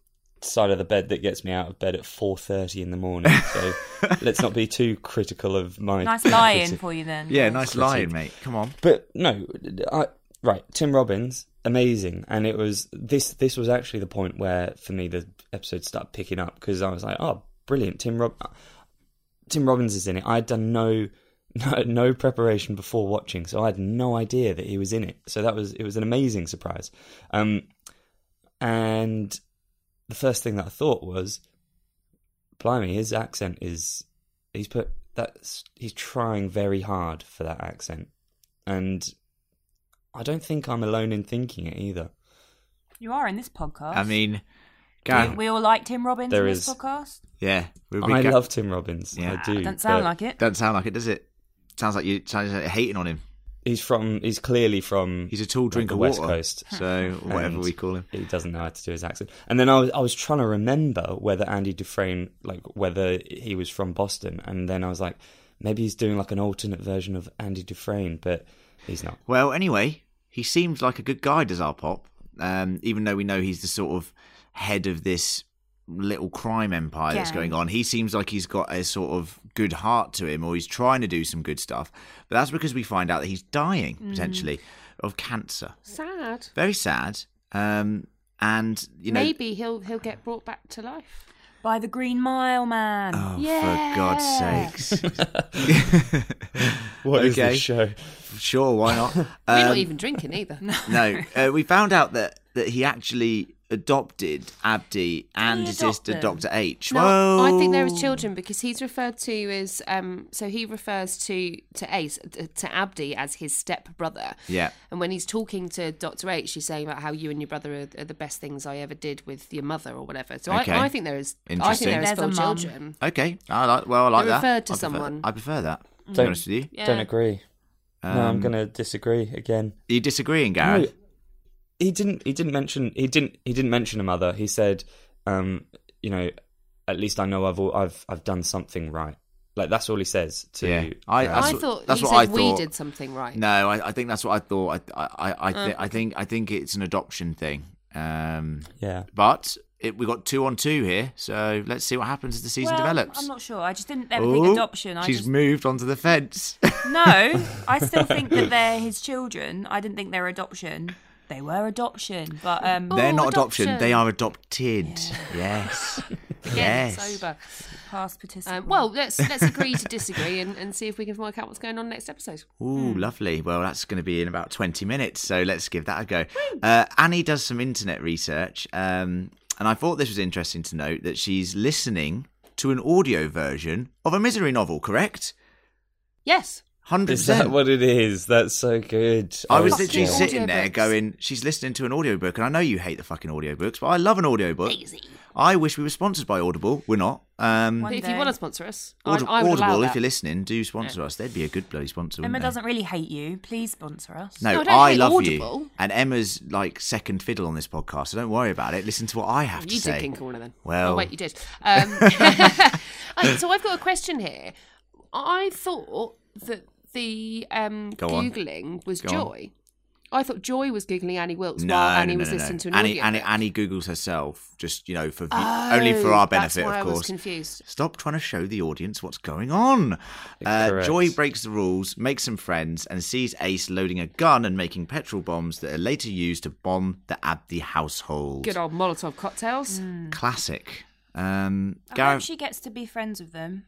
S4: side of the bed that gets me out of bed at 4.30 in the morning, so let's not be too critical of my...
S5: Nice lying
S4: criti-
S5: for you then.
S2: Yeah,
S5: Gaz.
S2: nice
S4: Critique.
S2: lying, mate. Come on.
S4: But no, I, right, Tim Robbins, amazing, and it was this. This was actually the point where for me the episode started picking up because I was like, oh, brilliant, Tim Rob, Tim Robbins is in it. I had done no, no no preparation before watching, so I had no idea that he was in it. So that was it was an amazing surprise. Um, and the first thing that I thought was, blimey, his accent is he's put that's he's trying very hard for that accent and I don't think I'm alone in thinking it either.
S5: You are in this podcast.
S2: I mean,
S5: we,
S2: Gareth,
S5: we all like Tim Robbins
S4: There
S5: in this
S4: is-
S5: podcast.
S2: yeah, we
S4: I love Tim Robbins.
S2: Yeah.
S4: I do.
S5: Doesn't sound
S4: but
S5: like it.
S2: Don't sound like it, does it? Sounds like you sounds like you're hating on him.
S4: He's from. He's clearly from.
S2: He's a tall
S4: like,
S2: drinker
S4: the
S2: of
S4: West
S2: water.
S4: Coast.
S2: So or whatever
S4: And
S2: we call him.
S4: He doesn't know how to do his accent. And then I was I was trying to remember whether Andy Dufresne, like whether he was from Boston, and then I was like, maybe he's doing like an alternate version of Andy Dufresne, but he's not.
S2: Well, anyway, he seems like a good guy, does our pop. Um, even though we know he's the sort of head of this little crime empire that's
S5: Gang.
S2: going on, he seems like he's got a sort of good heart to him, or he's trying to do some good stuff. But that's because we find out that he's dying potentially of cancer.
S3: sad.
S2: Very sad. Um, and you know,
S3: Maybe he'll he'll get brought back to life.
S5: By the Green Mile Man.
S2: oh,
S3: Yeah.
S2: for God's sakes.
S4: What is
S2: Okay.
S4: this show?
S2: Sure, why not?
S3: We're
S2: Um,
S3: not even drinking either.
S2: no, uh, we found out that that he actually adopted Abdi and
S5: he
S2: his
S5: adopt
S2: sister
S5: them?
S2: Doctor H.
S3: No, I think there is
S2: Whoa.
S3: children because he's referred to as um, so he refers to to Ace uh, to Abdi as his step brother.
S2: Yeah.
S3: And when he's talking to Doctor H, she's saying about how you and your brother are, are the best things I ever did with your mother or whatever. So
S2: Okay.
S3: I, I think there is I
S2: Interesting.
S3: think there is
S5: There's a
S3: still
S5: mum.
S3: children.
S2: Okay, I like. Well, I like
S3: They're
S2: that.
S3: referred to
S2: I prefer-
S3: someone.
S2: I prefer that. To be
S4: Don't-
S2: honest with you,
S3: Yeah.
S4: Don't agree. no,
S2: Um,
S4: I'm gonna disagree again.
S2: you disagreeing,
S4: No,
S2: Gareth?
S4: he didn't. He didn't mention. He didn't. He didn't mention a mother. He said, um, "You know, at least I know I've all, I've I've done something right." Like that's all he says to.
S2: Yeah. I-
S4: uh,
S2: That's
S3: I
S2: what-
S3: thought
S2: that's
S3: he
S2: what I
S3: said we
S2: thought.
S3: did something right.
S2: No, I, I think that's what I
S5: Uh.
S2: thought. I, I, I, I, thi- I think, I think it's an adoption thing. Um,
S4: yeah.
S2: but it, we got two on two here, so let's see what happens as the season
S5: well,
S2: develops.
S5: I'm not sure. I just didn't ever think
S2: Ooh,
S5: adoption. I
S2: Oh, she's
S5: just
S2: moved onto the fence.
S5: no. I still think that they're his children. I didn't think they were adoption. They were adoption, but um,
S3: Oh.
S2: They're not adoption.
S3: adoption.
S2: They are adopted. Yes.
S3: Again,
S2: yes.
S3: it's over.
S5: past participant.
S3: Um, well, let's let's agree to disagree and, and see if we can work out what's going on next episode.
S2: Ooh, lovely. Well, that's going to be in about 20 minutes, so let's give that a go. Uh, Annie does some internet research, um, and I thought this was interesting to note that she's listening to an audio version of a misery novel, correct?
S3: Yes.
S2: 100%.
S4: Is that what it is? That's so good.
S2: I was
S3: Fucking
S2: literally
S4: yeah.
S2: sitting there
S3: audiobooks.
S2: going, she's listening to an audiobook, and I know you hate the fucking audiobooks, but I love an audiobook.
S3: Easy.
S2: I wish we were sponsored by Audible. We're not. Um,
S5: One
S3: But if
S5: day.
S3: you want to sponsor us,
S2: Aud-
S3: I, I would allow
S2: Audible,
S3: that.
S2: if you're listening, do sponsor us. They'd be a good bloody sponsor.
S5: Emma
S2: wouldn't they?
S5: doesn't really hate you. Please sponsor us.
S2: No,
S3: No, I don't
S2: I
S3: hate
S2: love you.
S3: Audible.
S2: And Emma's like second fiddle on this podcast, so don't worry about it. Listen to what I have to
S3: you
S2: say.
S3: did King Corner then.
S2: Well-
S3: oh, wait, you did. Um, uh, so I've got a question here. I thought that the um,
S2: Go on.
S3: googling was
S2: Go on.
S3: Joy. I thought Joy was giggling Annie Wilkes
S2: no,
S3: while Annie
S2: no, no,
S3: was
S2: no, no.
S3: listening to an
S2: Annie,
S3: audio.
S2: Annie, Annie Googles herself, just you know, for view- only for our benefit,
S3: Oh, that's why
S2: of
S3: I was
S2: course.
S3: confused.
S2: Stop trying to show the audience what's going on. Uh,
S4: Correct.
S2: Joy breaks the rules, makes some friends, and sees Ace loading a gun and making petrol bombs that are later used to bomb the Abdi household.
S3: Good old Molotov cocktails.
S2: Classic. Um,
S5: I hope
S2: Gareth,
S5: she gets to be friends with them.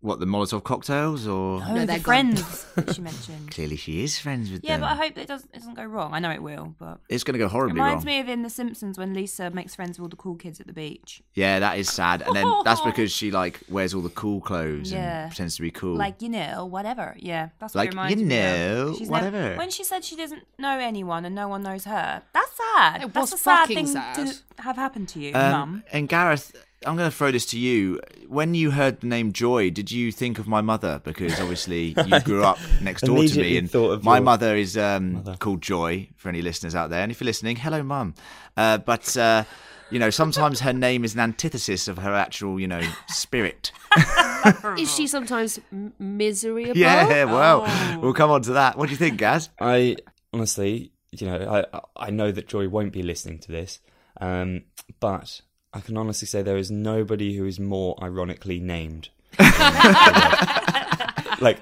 S2: what the Molotov cocktails, or
S5: Oh,
S3: No,
S5: the
S3: they're gone.
S5: friends that she mentioned.
S2: clearly she is friends with
S5: Yeah,
S2: them.
S5: but I hope it doesn't, it doesn't go wrong. I know it will, but
S2: it's going to go horribly
S5: reminds
S2: wrong.
S5: me of in The Simpsons when Lisa makes friends with all the cool kids at the beach.
S2: Yeah, that is sad. And then that's because she like wears all the cool clothes
S5: Yeah.
S2: and pretends to be cool.
S5: Like you know, whatever. Yeah, that's
S2: Like,
S5: what it reminds
S2: you
S5: me of.
S2: know,
S5: never-
S2: whatever.
S5: when she said she doesn't know anyone and no one knows her, that's sad.
S3: It
S5: that's
S3: was
S5: a sad
S3: fucking
S5: thing
S3: sad.
S5: to have happened to you,
S2: Um,
S5: Mum.
S2: And Gareth, I'm going to throw this to you. When you heard the name Joy, did you think of my mother? Because obviously you grew up next door to
S4: Immediately
S2: me, and
S4: thought of
S2: my
S4: your
S2: mother is um, called Joy. For any listeners out there, and if you're listening, hello, mum. Uh, but uh, you know, sometimes her name is an antithesis of her actual, you know, spirit.
S3: Is she sometimes m- miserable?
S2: yeah, well, we'll come on to that. What do you think, Gaz?
S4: I honestly, you know, I I know that Joy won't be listening to this, um, but I can honestly say there is nobody who is more ironically named. like,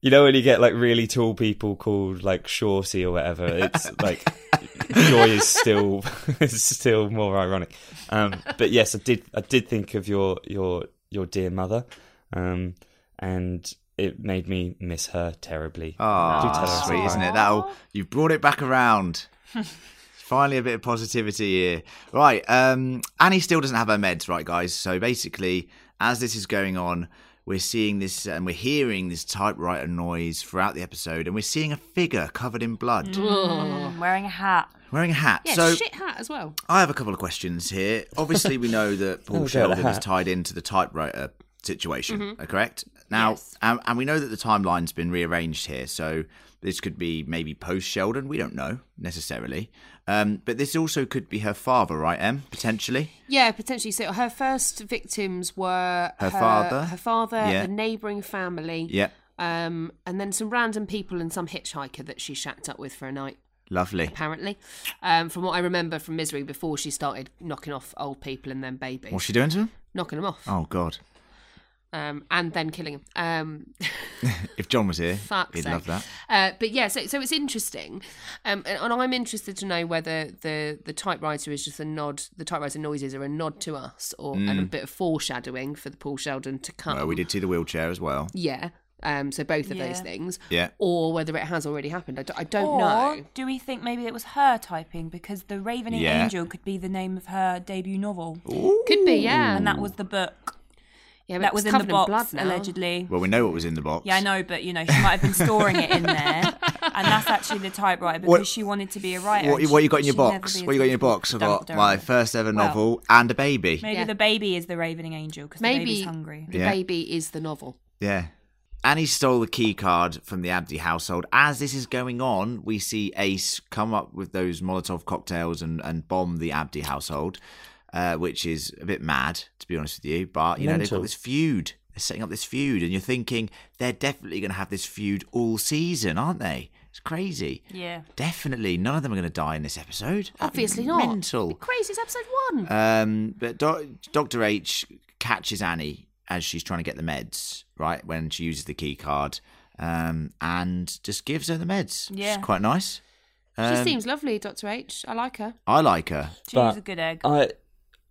S4: you know, when you get like really tall people called like Shorty or whatever, it's like Joy is still is still more ironic. Um, but yes, I did I did think of your your your dear mother, um, and it made me miss her terribly. Do tell
S2: Ah,
S4: her
S2: sweet,
S4: I'm
S2: isn't it?
S4: fine.
S2: That'll you've brought it back around. Finally, a bit of positivity here. Right, um, Annie still doesn't have her meds, right, guys? So basically, as this is going on, we're seeing this and we're hearing this typewriter noise throughout the episode, and we're seeing a figure covered in blood,
S5: Mm, wearing a hat.
S2: wearing a hat.
S3: Yeah,
S2: so
S3: shit hat as well.
S2: I have a couple of questions here. Obviously, we know that Paul
S4: Oh, about the
S2: Sheldon is
S4: hat.
S2: tied into the typewriter situation,
S5: Mm-hmm.
S2: uh, correct? Now, um, and we know that the timeline's been rearranged here, so this could be maybe post Sheldon. We don't know necessarily, um, but this also could be her father, right? Em potentially.
S3: Yeah, potentially. So her first victims were
S2: Her father.
S3: her father,
S2: Yeah.
S3: the neighbouring family,
S2: Yeah,
S3: um, and then some random people and some hitchhiker that she shacked up with for a night.
S2: lovely.
S3: Apparently, um, from what I remember from Misery, before she started knocking off old people and then babies,
S2: What's she doing to him?
S3: knocking them off,
S2: Oh God!
S3: um, and then killing them. Um,
S2: If John was here,
S3: Fuck's
S2: he'd
S3: sake.
S2: love that.
S3: Uh, but yeah, so so it's interesting, um, and, and I'm interested to know whether the the typewriter is just a nod, the typewriter noises are a nod to us, or and a bit of foreshadowing for the Paul Sheldon to come.
S2: Mm. Well, we did see the wheelchair as well.
S3: yeah. Um, so both of those
S5: Yeah.
S3: things,
S2: Yeah.
S3: or whether it has already happened. I, d- I don't
S5: or
S3: know.
S5: do we think maybe it was her typing because the Ravening
S2: Yeah.
S5: Angel could be the name of her debut novel,
S3: Could be, yeah.
S5: and that was the book
S3: yeah, but
S5: that was
S3: it's
S5: in the
S3: covered blood
S5: box
S3: now.
S5: allegedly.
S2: Well, we know what was in the box.
S5: Yeah, I know, but you know, she might have been storing it in there, and that's actually the typewriter because
S2: What-
S5: she wanted to be a writer.
S2: What,
S5: and
S2: what
S5: she-
S2: you got in your
S5: she'd never
S2: box?
S5: be a
S2: What you got in your
S5: successful
S2: box? I've got
S5: Dumbledore.
S2: my first ever
S5: Well,
S2: novel and a baby.
S5: Maybe
S3: Yeah.
S5: the baby is the ravening angel because the
S3: Maybe
S5: baby's hungry.
S3: the
S2: Yeah.
S3: baby is the novel.
S2: Yeah. Annie stole the key card from the Abdi household. As this is going on, we see Ace come up with those Molotov cocktails and, and bomb the Abdi household, uh, which is a bit mad, to be honest with you. But, you know, they've got
S4: Mental.
S2: this feud. They're setting up this feud, and you're thinking they're definitely going to have this feud all season, aren't they? It's It's crazy.
S5: Yeah.
S2: Definitely, none of them are going to die in this episode. That'd be
S3: Obviously not.
S2: Mental.
S3: Crazy. It's episode one.
S2: Um, but Doctor H catches Annie as she's trying to get the meds right when she uses the key card, um, and just gives her the meds. which is
S5: Yeah.
S2: quite nice.
S3: she
S2: Um,
S3: seems lovely, Doctor H. I like her.
S2: I like her.
S5: She
S4: But
S5: was a good egg.
S4: I,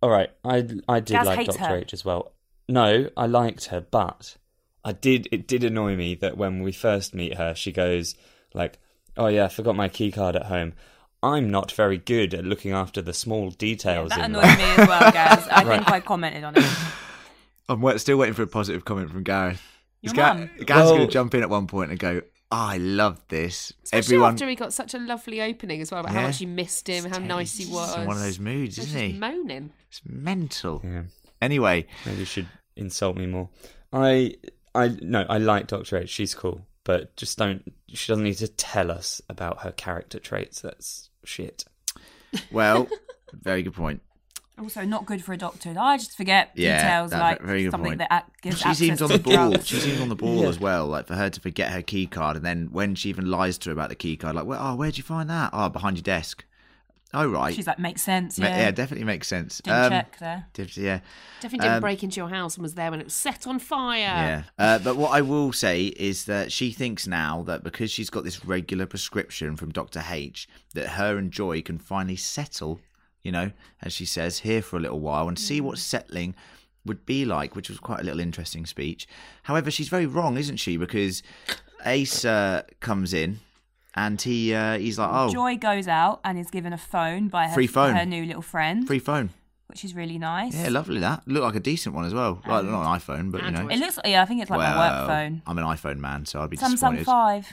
S4: all right, I I did
S5: Gaz
S4: like
S5: hates
S4: Doctor
S5: her.
S4: H as well. No, I liked her, but I did. It did annoy me that when we first meet her, she goes like, "Oh yeah, I forgot my key card at home. I'm not very good at looking after the small details."
S5: that
S4: in
S5: annoyed
S4: life."
S5: me as well, guys. I think I commented on it.
S2: I'm wait- still waiting for a positive comment from Gareth.
S5: Your
S2: Is Ga-
S5: mum?
S2: Gaz's
S4: Well-
S2: going to jump in at one point and go, "I love this."
S3: Especially
S2: Everyone,
S3: after he got such a lovely opening as well about
S2: Yeah.
S3: how much you missed him, how nice he
S2: He's
S3: was.
S2: in one of those moods,
S3: He's
S2: isn't
S3: just
S2: he?
S3: Moaning.
S2: It's mental.
S4: Yeah.
S2: Anyway,
S4: Maybe you should insult me more. I I no, I like Doctor H. She's cool, but just don't. She doesn't need to tell us about her character traits. That's shit.
S2: well, very good point.
S5: Also, not good for a doctor. I just forget
S2: Yeah,
S5: details
S2: that-
S5: like
S2: very good
S5: something
S2: point.
S5: that ac- gives
S2: She
S5: access
S2: seems on
S5: to
S2: the ball.
S5: drugs.
S2: She seems on the ball
S4: Yeah.
S2: as well. Like for her to forget her key card, and then when she even lies to her about the key card, like, "Well, oh, where'd you find that? Oh, behind your desk. Oh, right.
S5: She's like, makes sense.
S2: Ma-
S5: Yeah,
S2: definitely makes sense.
S5: didn't
S2: Um,
S5: check there.
S2: diff- yeah,
S3: Definitely didn't
S2: Um,
S3: break into your house and was there when it was set on fire.
S2: yeah. Uh, but what I will say is that she thinks now that because she's got this regular prescription from Doctor H, that her and Joy can finally settle. You know, as she says, here for a little while and see
S5: Mm.
S2: what settling would be like, which was quite a little interesting speech. However, she's very wrong, isn't she? Because Ace uh, comes in and he uh, he's like, oh,
S5: Joy goes out and is given a phone by her,
S2: Free phone.
S5: her new little friend,
S2: free phone.
S5: which is really nice.
S2: Yeah, lovely that. Looked like a decent one as well. Well, not an iPhone, but you know.
S3: Android.
S5: it looks. Yeah, I think it's like my work phone.
S2: I'm an iPhone man, so I'd be
S5: Samsung
S2: disappointed.
S5: Five.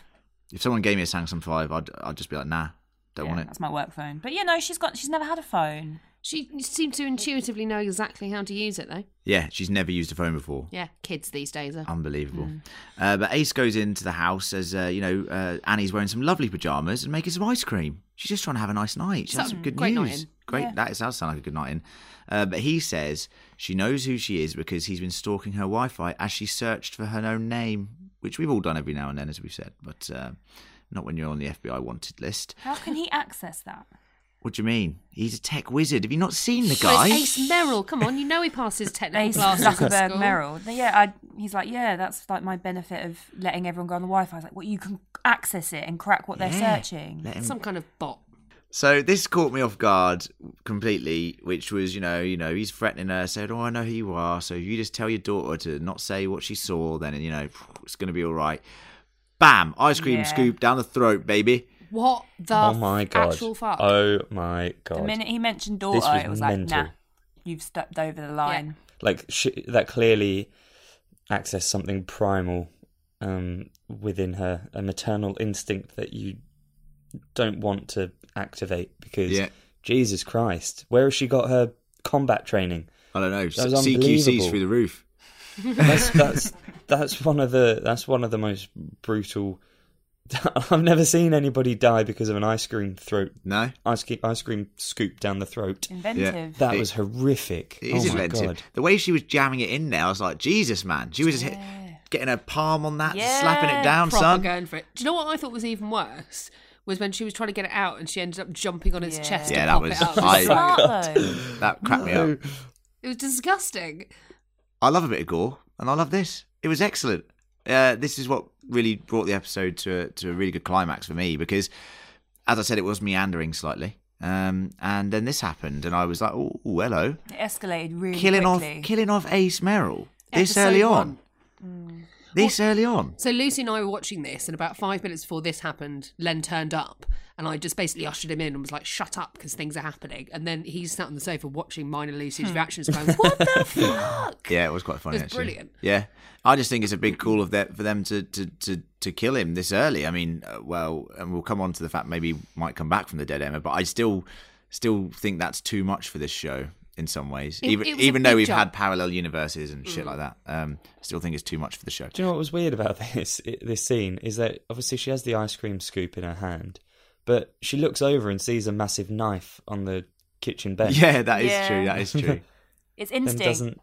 S2: If someone gave me a Samsung Five, I'd I'd just be like, nah, don't
S5: Yeah,
S2: want it.
S5: That's my work phone. But yeah, no, she's got. She's never had a phone.
S3: She seemed to intuitively know exactly how to use it, though.
S2: Yeah, she's never used a phone before.
S3: Yeah, Mm. kids these days
S2: Oh,
S3: are.
S2: Unbelievable. Uh, but Ace goes into the house as uh, you know uh, Annie's wearing some lovely pajamas and making some ice cream. She's just trying to have a nice night. She has
S3: So-
S2: some good
S3: great night
S2: news.
S3: in.
S2: Great.
S5: Yeah.
S2: That does sound like a good night in. Uh, but he says she knows who she is because he's been stalking her Wi-Fi as she searched for her own name, which we've all done every now and then, as we've said, but uh, not when you're on the FBI wanted list.
S5: How can he access that?
S2: What do you mean? He's a tech wizard. Have you not seen the
S3: Whereas
S2: guy?
S3: Ace Merrill, come on, you know he passes technical
S5: Ace
S3: classes. at
S5: Zuckerberg
S3: school.
S5: Merrill. Yeah, I, he's like, yeah, that's like my benefit of letting everyone go on the Wi-Fi. It's like, well, you can access it and crack what they're
S2: Yeah,
S5: searching.
S2: let him-
S3: Some kind of bot.
S2: So this caught me off guard completely, which was, you know, you know, he's threatening her, said, "Oh, I know who you are, so you just tell your daughter to not say what she saw, then you know it's gonna be all right." Bam! Ice cream
S5: Yeah.
S2: scoop down the throat, baby.
S3: What the
S4: oh my god!
S3: actual fuck?
S4: Oh my god!
S5: The minute he mentioned daughter,
S4: This was
S5: it was
S4: mental.
S5: like, nah, you've stepped over the line.
S4: like she, that clearly accessed something primal um, within her, a maternal instinct that you don't want to activate because
S2: Yeah.
S4: Jesus Christ, where has she got her combat training?
S2: I don't know.
S4: was
S2: CQC's
S4: unbelievable.
S2: through the roof.
S4: That's that's that's one of the that's one of the most brutal. I've never seen anybody die because of an ice cream throat
S2: No,
S4: ice cream ice cream scoop down the throat.
S5: Inventive.
S4: That
S2: It-
S4: was horrific.
S2: it is
S4: oh my
S2: inventive.
S4: god!
S2: The way she was jamming it in there, I was like, Jesus, man. She was just hit, getting her palm on that, slapping it
S5: Yeah,
S2: down,
S3: proper
S2: son.
S3: going for it. Do you know what I thought was even worse? Was when she was trying to get it out and she ended up jumping on his
S5: Yeah.
S3: chest.
S2: Yeah,
S3: to
S2: that
S3: pop
S2: was-
S3: It,
S2: I-
S3: out. It, was like-
S5: Smart though.
S2: That cracked me up.
S3: it was disgusting.
S2: I love a bit of gore, and I love this. It was excellent. Uh, this is what really brought the episode to a, to a really good climax for me because, as I said, it was meandering slightly, um, and then this happened, and I was like, "Oh, hello,
S5: It escalated really
S2: killing
S5: quickly.
S2: off, killing off Ace Merrill this
S3: Episode
S2: early on,
S3: one.
S2: this early on."
S3: So Lucy and I were watching this, and about five minutes before this happened, Len turned up, and I just basically ushered him in and was like, "Shut up, because things are happening." And then he sat on the sofa watching mine and Lucy's reactions, going, "What the fuck?"
S2: Yeah, it was quite funny.
S3: It was
S2: actually.
S3: brilliant.
S2: Yeah, I just think it's a big call of that for them to to to to kill him this early. I mean, uh, well, and we'll come on to the fact maybe he might come back from the dead Emma, but I still still think that's too much for this show in some ways.
S3: It-
S2: even
S3: it was a
S2: even though
S3: big Mm.
S2: we've
S3: jump.
S2: had parallel universes and shit like that, um, I still think it's too much for the show.
S4: Do you know what was weird about this this scene is that obviously she has the ice cream scoop in her hand, but she looks over and sees a massive knife on the kitchen bench.
S2: Yeah, that is
S5: Yeah.
S2: true. That is true.
S5: It's
S4: and
S5: instinct,
S4: doesn't,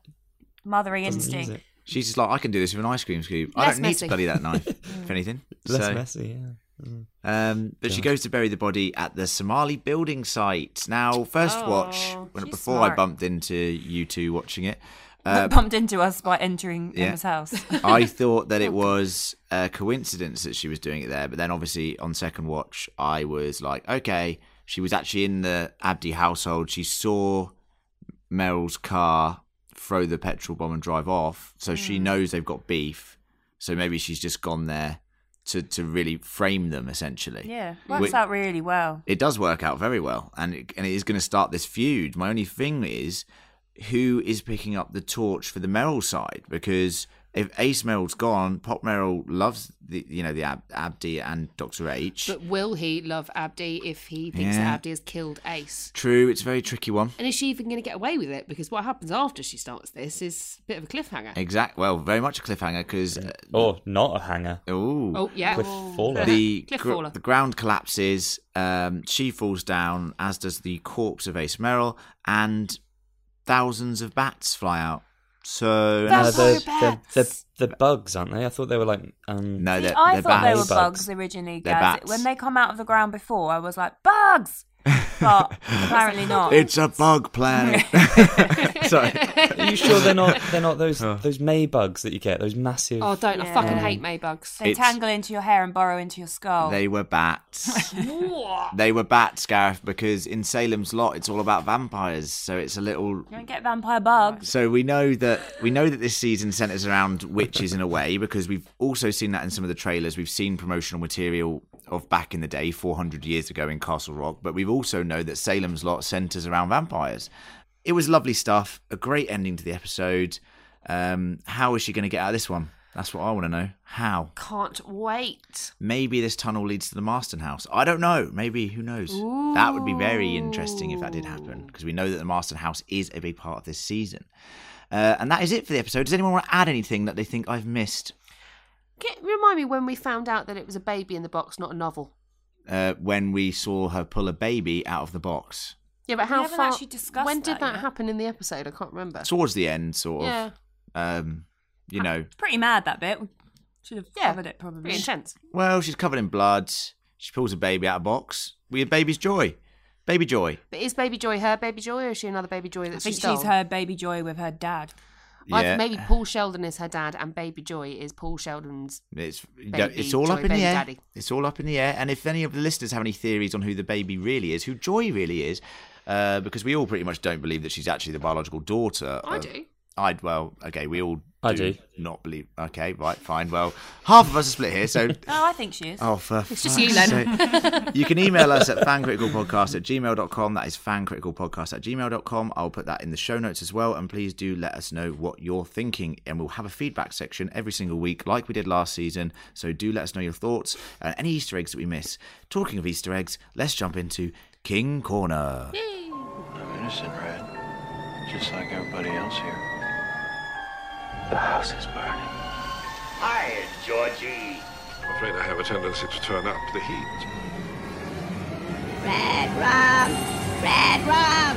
S5: mothering
S4: doesn't use
S5: instinct.
S4: it.
S2: She's just like, I can do this with an ice cream scoop. I
S3: Less
S2: don't need
S3: messy.
S2: to bloody that knife, if anything.
S4: Less
S2: so,
S4: messy. Yeah.
S2: Um, but she goes to bury the body at the Somali building site. Now, first watch,
S3: Oh,
S2: when,
S5: she's
S2: before I
S5: smart.
S2: bumped into you two watching it,
S5: bumped into us by entering
S2: yeah.
S5: Emma's house.
S2: I thought that it was a coincidence that she was doing it there, but then obviously on second watch, I was like, okay, she was actually in the Abdi household. She saw Meryl's car throw the petrol bomb and drive off, so she
S5: Hmm.
S2: knows they've got beef. So maybe she's just gone there to to really frame them essentially.
S5: yeah, works
S2: Wait.
S5: out really well.
S2: It does work out very well, and it, and it is going to start this feud. My only thing is, who is picking up the torch for the Merrill side? Because if Ace Merrill's gone, Pop Merrill loves the you know the Ab- Abdi and Doctor H.
S3: But will he love Abdi if he thinks
S2: Yeah.
S3: that Abdi has killed Ace?
S2: True, it's a very tricky one.
S3: And is she even going to get away with it? Because what happens after she starts this is a bit of a cliffhanger.
S2: Exact. Well, very much a cliffhanger because
S4: Or not a hanger.
S2: ooh.
S3: Oh yeah,
S4: Cliff faller.
S2: the
S3: Cliff
S2: gr-
S3: faller.
S2: the ground collapses. Um, she falls down, as does the corpse of Ace Merrill, and thousands of bats fly out. So
S4: No,
S5: That's
S4: they're,
S5: so
S4: they're, they're,
S5: bats.
S4: they're bugs, aren't they? I thought they were like. Um,
S2: no,
S5: See,
S2: they're,
S5: I
S2: they're
S5: thought
S2: bats.
S5: they were
S4: Bugs.
S5: bugs originally,
S2: They're
S5: guys.
S2: bats.
S5: When they come out of the ground before, I was like, bugs! But apparently not.
S2: It's a bug planet. Sorry.
S4: Are you sure they're not? They're not those those May bugs that you get. Those massive.
S3: Oh, don't I
S5: Yeah.
S3: fucking hate Maybugs.
S5: They
S2: It's-
S5: tangle into your hair and burrow into your skull.
S2: They were bats. they were bats, Gareth, because in Salem's Lot, it's all about vampires. So it's a little.
S5: You don't get vampire bugs.
S2: So we know that we know that this season centers around witches in a way because we've also seen that in some of the trailers. We've seen promotional material of back in the day, 400 years ago in Castle Rock, but we've also know that Salem's Lot centers around vampires. It was lovely stuff. A great ending to the episode. Um, how is she going to get out of this one? That's what I want to know. How?
S3: Can't wait.
S2: maybe this tunnel leads to the Marston house. I don't know. Maybe who knows? That would be very interesting if that did happen because we know that the Marston house is a big part of this season. Uh, and that is it for the episode. Does anyone want to add anything that they think I've missed?
S3: Get, remind me when we found out that it was a baby in the box, not a novel.
S2: Uh, when we saw her pull a baby out of the box
S3: Yeah, but how
S5: haven't
S3: far?
S5: actually discussed
S3: when did
S5: that
S3: that
S5: yet.
S3: happen in the episode? I can't remember.
S2: Uh, towards the end, sort
S3: yeah,
S2: of. Um, you know,
S5: Pretty mad, that bit. We should have
S3: Yeah.
S5: covered it,
S3: pretty
S5: probably.
S3: intense.
S2: well, she's covered in blood. She pulls a baby out of a box. We have baby's joy. Baby joy.
S3: But is Baby Joy her Baby Joy, or is she another Baby Joy that
S5: I
S3: she
S5: think
S3: stole?
S5: she's her baby joy with her dad.
S3: I think maybe Paul Sheldon is her dad, and Baby Joy is Paul Sheldon's.
S2: It's you
S3: Baby
S2: know, it's all
S3: Joy,
S2: up in
S3: baby
S2: the air.
S3: daddy.
S2: It's all up in the air. And if any of the listeners have any theories on who the baby really is, who Joy really is, uh, because we all pretty much don't believe that she's actually the biological daughter.
S3: I
S2: of-
S3: do.
S2: I well, okay, we all.
S4: I do.
S2: not believe. Okay, right, fine. Well, half of us are split here, so.
S5: Oh, I think she is.
S2: Oh, for
S3: It's
S2: fuck's
S3: just you, Len.
S2: sake. You can email us at fancriticalpodcast at gmail.com. That is fancriticalpodcast at gmail.com. I'll put that in the show notes as well. And please do let us know what you're thinking. And we'll have a feedback section every single week, like we did last season. So do let us know your thoughts and any Easter eggs that we miss. Talking of Easter eggs, let's jump into King Corner.
S6: I'm innocent, Red. Just like everybody else here. The house is burning.
S7: Hi, Georgie.
S8: I'm afraid I have a tendency to turn up the heat.
S9: Red rum! Red rum!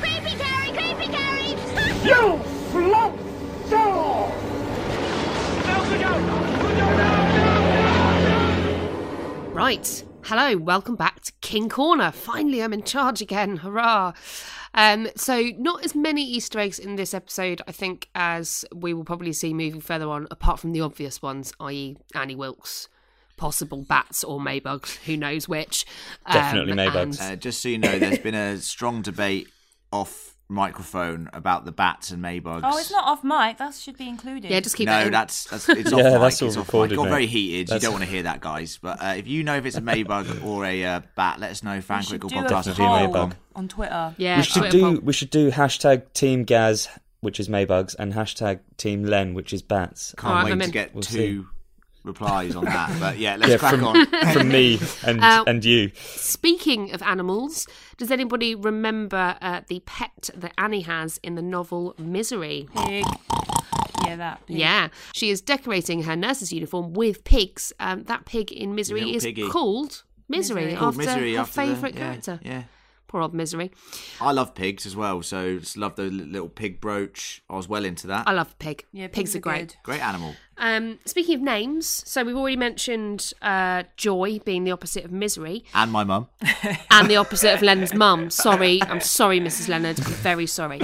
S9: Creepy Carrie! Creepy Carrie! you float soul!
S3: Right. Hello, welcome back to King Corner. Finally, I'm in charge again. Hurrah. Um, so, not as many Easter eggs in this episode, I think, as we will probably see moving further on, apart from the obvious ones, i.e., Annie Wilkes, possible bats or maybugs, who knows which. Um,
S4: Definitely
S3: and-
S4: maybugs.
S2: Uh, just so you know, there's been a strong debate off microphone about the bats and maybugs.
S5: Oh, it's not off mic. That should be included.
S3: yeah, just keep
S2: no,
S3: that in.
S2: that's that's it's off
S4: Yeah,
S2: mic.
S4: that's all
S2: it's off
S4: recorded,
S2: mic. Got
S4: mate.
S2: very heated.
S4: That's-
S2: You don't want to hear that, guys. But uh, if you know if it's a maybug or a uh, bat, let us know.
S5: We should
S2: Fancritical
S5: do a
S2: podcast.
S4: Definitely
S5: poll
S4: Ladybug.
S5: on Twitter.
S3: yeah,
S4: we should
S3: Twitter
S4: do.
S3: poll.
S4: We should do hashtag Team Gaz, which is Maybugs, and hashtag Team Len, which is bats.
S2: Can't
S3: Alright,
S2: wait
S3: I'm
S2: to
S3: in.
S2: get
S4: We'll
S2: two
S4: see.
S2: replies on that. But yeah, let's
S4: Yeah,
S2: crack
S4: from
S2: on.
S4: from me and
S3: Uh,
S4: and you.
S3: Speaking of animals, does anybody remember uh, the pet that Annie has in the novel Misery?
S5: Pig. Yeah, that. pig.
S3: Yeah, she is decorating her nurse's uniform with pigs. Um, that pig in Misery
S2: Little
S3: is
S2: piggy.
S3: called Misery,
S5: Misery.
S2: Called
S3: after
S2: misery
S3: her
S2: after the-
S3: favourite
S2: yeah,
S3: character.
S2: Yeah,
S3: Poor old misery.
S2: I love pigs as well, so just love the li- little pig brooch. I was well into that.
S3: I love pig.
S5: Yeah,
S3: pigs,
S5: pigs
S3: are
S5: are
S3: great.
S5: good.
S2: Great animal.
S3: Um, speaking of names, so we've already mentioned uh, joy being the opposite of misery
S2: And my mum.
S3: and the opposite of Leonard's mum. Sorry, I'm sorry, Mrs. Leonard. I'm very sorry.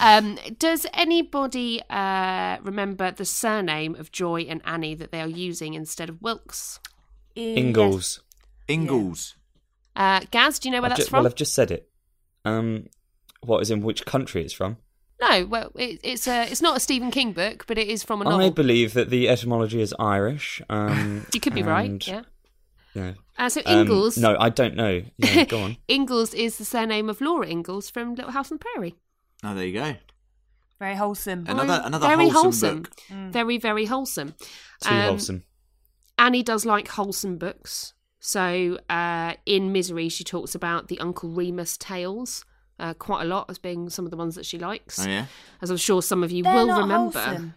S3: Um, does anybody uh, remember the surname of Joy and Annie that they are using instead of Wilkes?
S4: Ingalls.
S2: Ingalls.
S3: Uh, Gaz, do you know where
S4: I've
S3: that's
S4: ju-
S3: from?
S4: Well, I've just said it. Um, what is in which country it's from?
S3: no, well, it, it's a, it's not a Stephen King book, but it is from a novel.
S4: I believe that the etymology is Irish. Um,
S3: you could be right.
S4: and-
S3: Yeah.
S4: yeah.
S3: Uh, so
S4: Um,
S3: Ingalls.
S4: no, I don't know. Yeah, go on.
S3: Ingalls is the surname of Laura Ingalls from Little House on the Prairie.
S2: Oh, there you go.
S5: Very wholesome.
S2: And- Another-
S3: Oh,
S2: another
S3: very
S2: wholesome book.
S5: Mm.
S3: Very, very wholesome.
S4: Too
S3: Um,
S4: wholesome.
S3: Annie does like wholesome books. So uh, in Misery, she talks about the Uncle Remus tales uh, quite a lot as being some of the ones that she likes.
S2: Oh yeah.
S3: As I'm sure some of you
S5: They're
S3: will
S5: not
S3: remember.
S5: wholesome.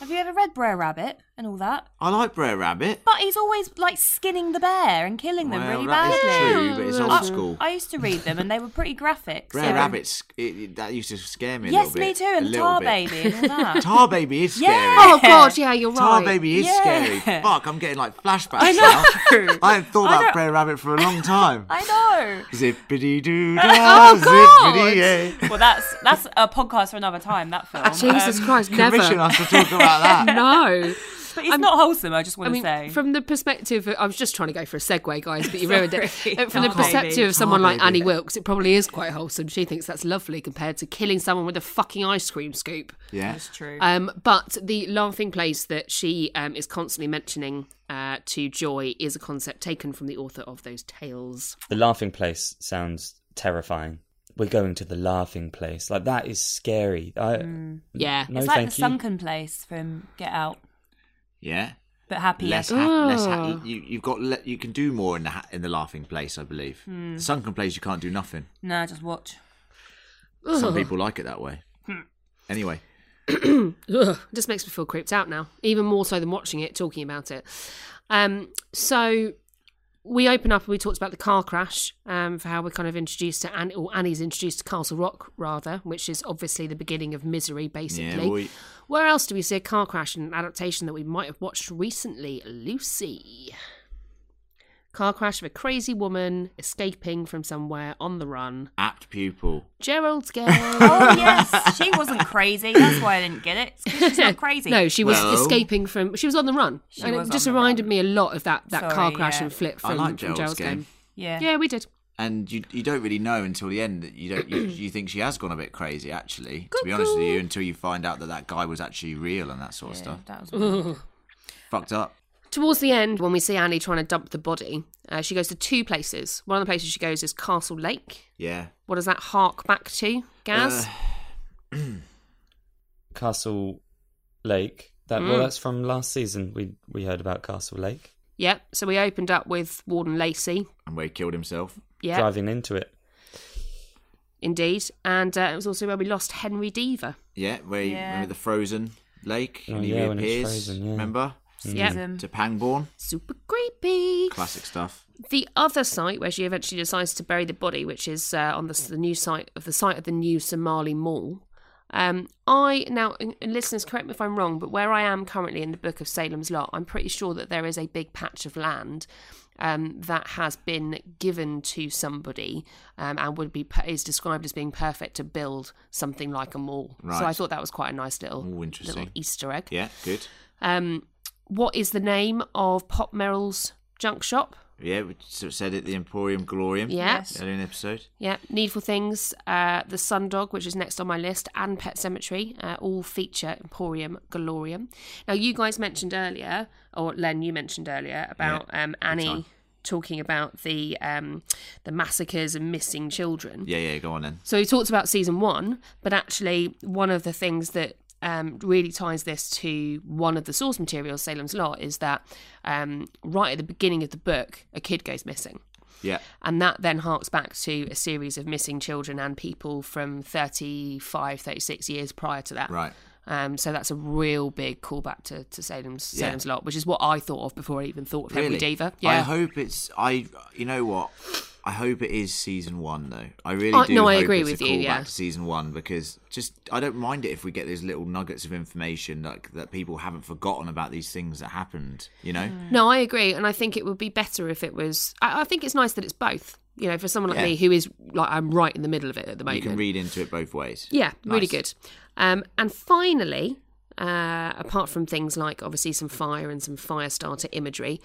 S5: Have you ever read Brer Rabbit and all that?
S2: I like Brer Rabbit.
S5: But he's always like skinning the bear and killing them
S2: well,
S5: really
S2: that is
S5: badly.
S2: true, but it's old
S5: I,
S2: school.
S5: I used to read them and they were pretty graphic.
S2: Brer
S5: so-
S2: Rabbits. It, it- that used to scare me. A
S5: Yes,
S2: little bit,
S5: me too.
S2: a
S5: And the
S2: little
S5: Tar
S2: bit.
S5: Baby and all that.
S2: Tar Baby is scary.
S5: Yeah.
S3: Oh, God, yeah, you're
S2: Tar
S3: right.
S2: Baby is
S5: Yeah.
S2: scary. Fuck, I'm getting like flashbacks
S5: I
S2: now.
S5: know.
S2: I haven't thought
S5: I
S2: about
S5: don't-
S2: Brer Rabbit for a long time.
S5: I know.
S2: Zippity doo da,
S3: Oh, God.
S2: zippity yay.
S5: Well, that's that's a podcast for another time. That film.
S3: Oh, Jesus
S5: Um,
S3: Christ,
S2: Commission
S3: never.
S2: us to talk about that.
S3: No.
S5: but it's not wholesome. I just want
S3: I
S5: to
S3: mean,
S5: say.
S3: from the perspective, I was just trying to go for a segue, guys, but you ruined it.
S5: Sorry.
S3: Uh, From the
S5: Tar
S3: perspective
S5: baby.
S3: of someone
S2: Tar
S3: like
S2: baby.
S3: Annie Wilkes, it probably is quite wholesome. She thinks that's lovely compared to killing someone with a fucking ice cream scoop.
S2: Yeah.
S5: That's true.
S3: Um, but the laughing place that she um, is constantly mentioning uh, to Joy is a concept taken from the author of those tales.
S4: The laughing place sounds terrifying. We're going to the laughing place. Like that is scary. I,
S3: Hmm. Yeah.
S4: No,
S5: it's like
S4: thank
S5: the
S4: you.
S5: sunken place from Get Out,
S2: Yeah.
S5: but happier.
S2: Less, ha- less ha-
S3: Oh.
S2: you, you've got le- you can do more in the ha- in the laughing place, I believe.
S5: Hmm.
S2: The sunken place, you can't do nothing.
S5: Nah, just watch.
S2: Some
S3: Ugh.
S2: people like it that way.
S5: Hmm.
S2: Anyway,
S3: Ugh, just makes me feel creeped out now, even more so than watching it, talking about it. Um, so we open up and we talked about the car crash um, for how we're kind of introduced to Annie, or Annie's introduced to Castle Rock rather, which is obviously the beginning of misery, basically.
S2: yeah, we,
S3: Where else do we see a car crash in an adaptation that we might have watched recently? Lucy. Car crash of a crazy woman escaping from somewhere on the run.
S2: apt pupil.
S3: Gerald's girl.
S5: Oh yes, she wasn't crazy. That's why I didn't get it. It's 'cause she's not crazy.
S3: No, she was
S2: Well-
S3: escaping from. She was on the run,
S5: She
S3: and it
S5: was on
S3: just
S5: the
S3: reminded
S5: run.
S3: me a lot of that, that car
S5: Sorry,
S3: crash
S5: yeah.
S3: and flip
S2: I
S3: from,
S2: like
S3: from
S2: Gerald's
S3: Gerald's
S2: game.
S3: game.
S5: Yeah.
S3: Yeah, we did.
S2: and you you don't really know until the end that you don't you, you think she has gone a bit crazy actually to be honest with you until you find out that that guy was actually real and that sort of stuff
S5: That was weird.
S2: fucked up
S3: Towards the end, when we see Annie trying to dump the body, uh, she goes to two places. One of the places she goes is Castle Lake.
S2: yeah
S3: What does that hark back to,
S2: Uh.
S3: Gaz?
S4: Castle Lake. That
S3: Hmm.
S4: well, that's from last season. We we heard about Castle Lake
S3: Yep. So we opened up with Warden Lacey.
S2: and where he killed himself
S3: Yeah,
S4: driving into it.
S3: indeed. And uh, it was also where we lost Henry Deaver.
S2: yeah where he,
S5: Yeah.
S2: remember the frozen lake
S4: Oh,
S2: and he
S4: yeah, when it's
S2: reappears
S4: frozen, yeah.
S2: remember
S3: Yep.
S5: Mm.
S2: to pangborn
S3: Super creepy.
S2: classic stuff
S3: The other site where she eventually decides to bury the body, which is uh, on the, s- the new site of the site of the new Somali Mall. Um, I now, and and listeners, correct me if I'm wrong, but where I am currently in the Book of Salem's Lot, I'm pretty sure that there is a big patch of land um, that has been given to somebody um, and would be per- is described as being perfect to build something like a mall. So I
S2: Right.
S3: thought that was quite a nice little,
S2: Ooh, interesting.
S5: e-
S3: little Easter egg.
S2: yeah good
S3: Um, what is the name of Pop Merrill's junk shop?
S2: yeah we sort of said it the emporium glorium
S3: Yeah.
S5: Yes.
S2: earlier in the episode
S3: Yeah, Needful Things, uh, The Sundog, which is next on my list, and Pet Cemetery, uh, all feature Emporium Galorium. Now, you guys mentioned earlier, or Len, you mentioned earlier about
S2: Yeah,
S3: um,
S2: big time.
S3: Annie talking about the um, the massacres and missing children.
S2: yeah yeah go on then
S3: So he talks about season one, but actually, one of the things that um, really ties this to one of the source materials, Salem's Lot, is that um, right at the beginning of the book, a kid goes missing.
S2: yeah
S3: And that then harks back to a series of missing children and people from 35, 36 years prior to that.
S2: right
S3: Um, so that's a real big callback to, to Salem's,
S2: Yeah.
S3: Salem's Lot, which is what I thought of before I even thought of Henry
S2: really
S3: Deaver.
S2: i
S3: Yeah.
S2: hope it's i you know what I hope it is season one though. I really
S3: Uh,
S2: do.
S3: no, I
S2: hope
S3: agree
S2: it's
S3: with
S2: a
S3: you,
S2: callback
S3: yeah.
S2: to season one because just I don't mind it if we get those little nuggets of information like that people haven't forgotten about these things that happened. You know,
S3: No, I agree, and I think it would be better if it was. I, I think it's nice that it's both. You know, for someone like
S2: Yeah.
S3: me who is like I'm right in the middle of it at the
S2: you
S3: moment.
S2: can read into it both ways.
S3: Yeah, really
S2: Nice.
S3: good. Um, and finally, uh, apart from things like obviously some fire and some fire starter imagery,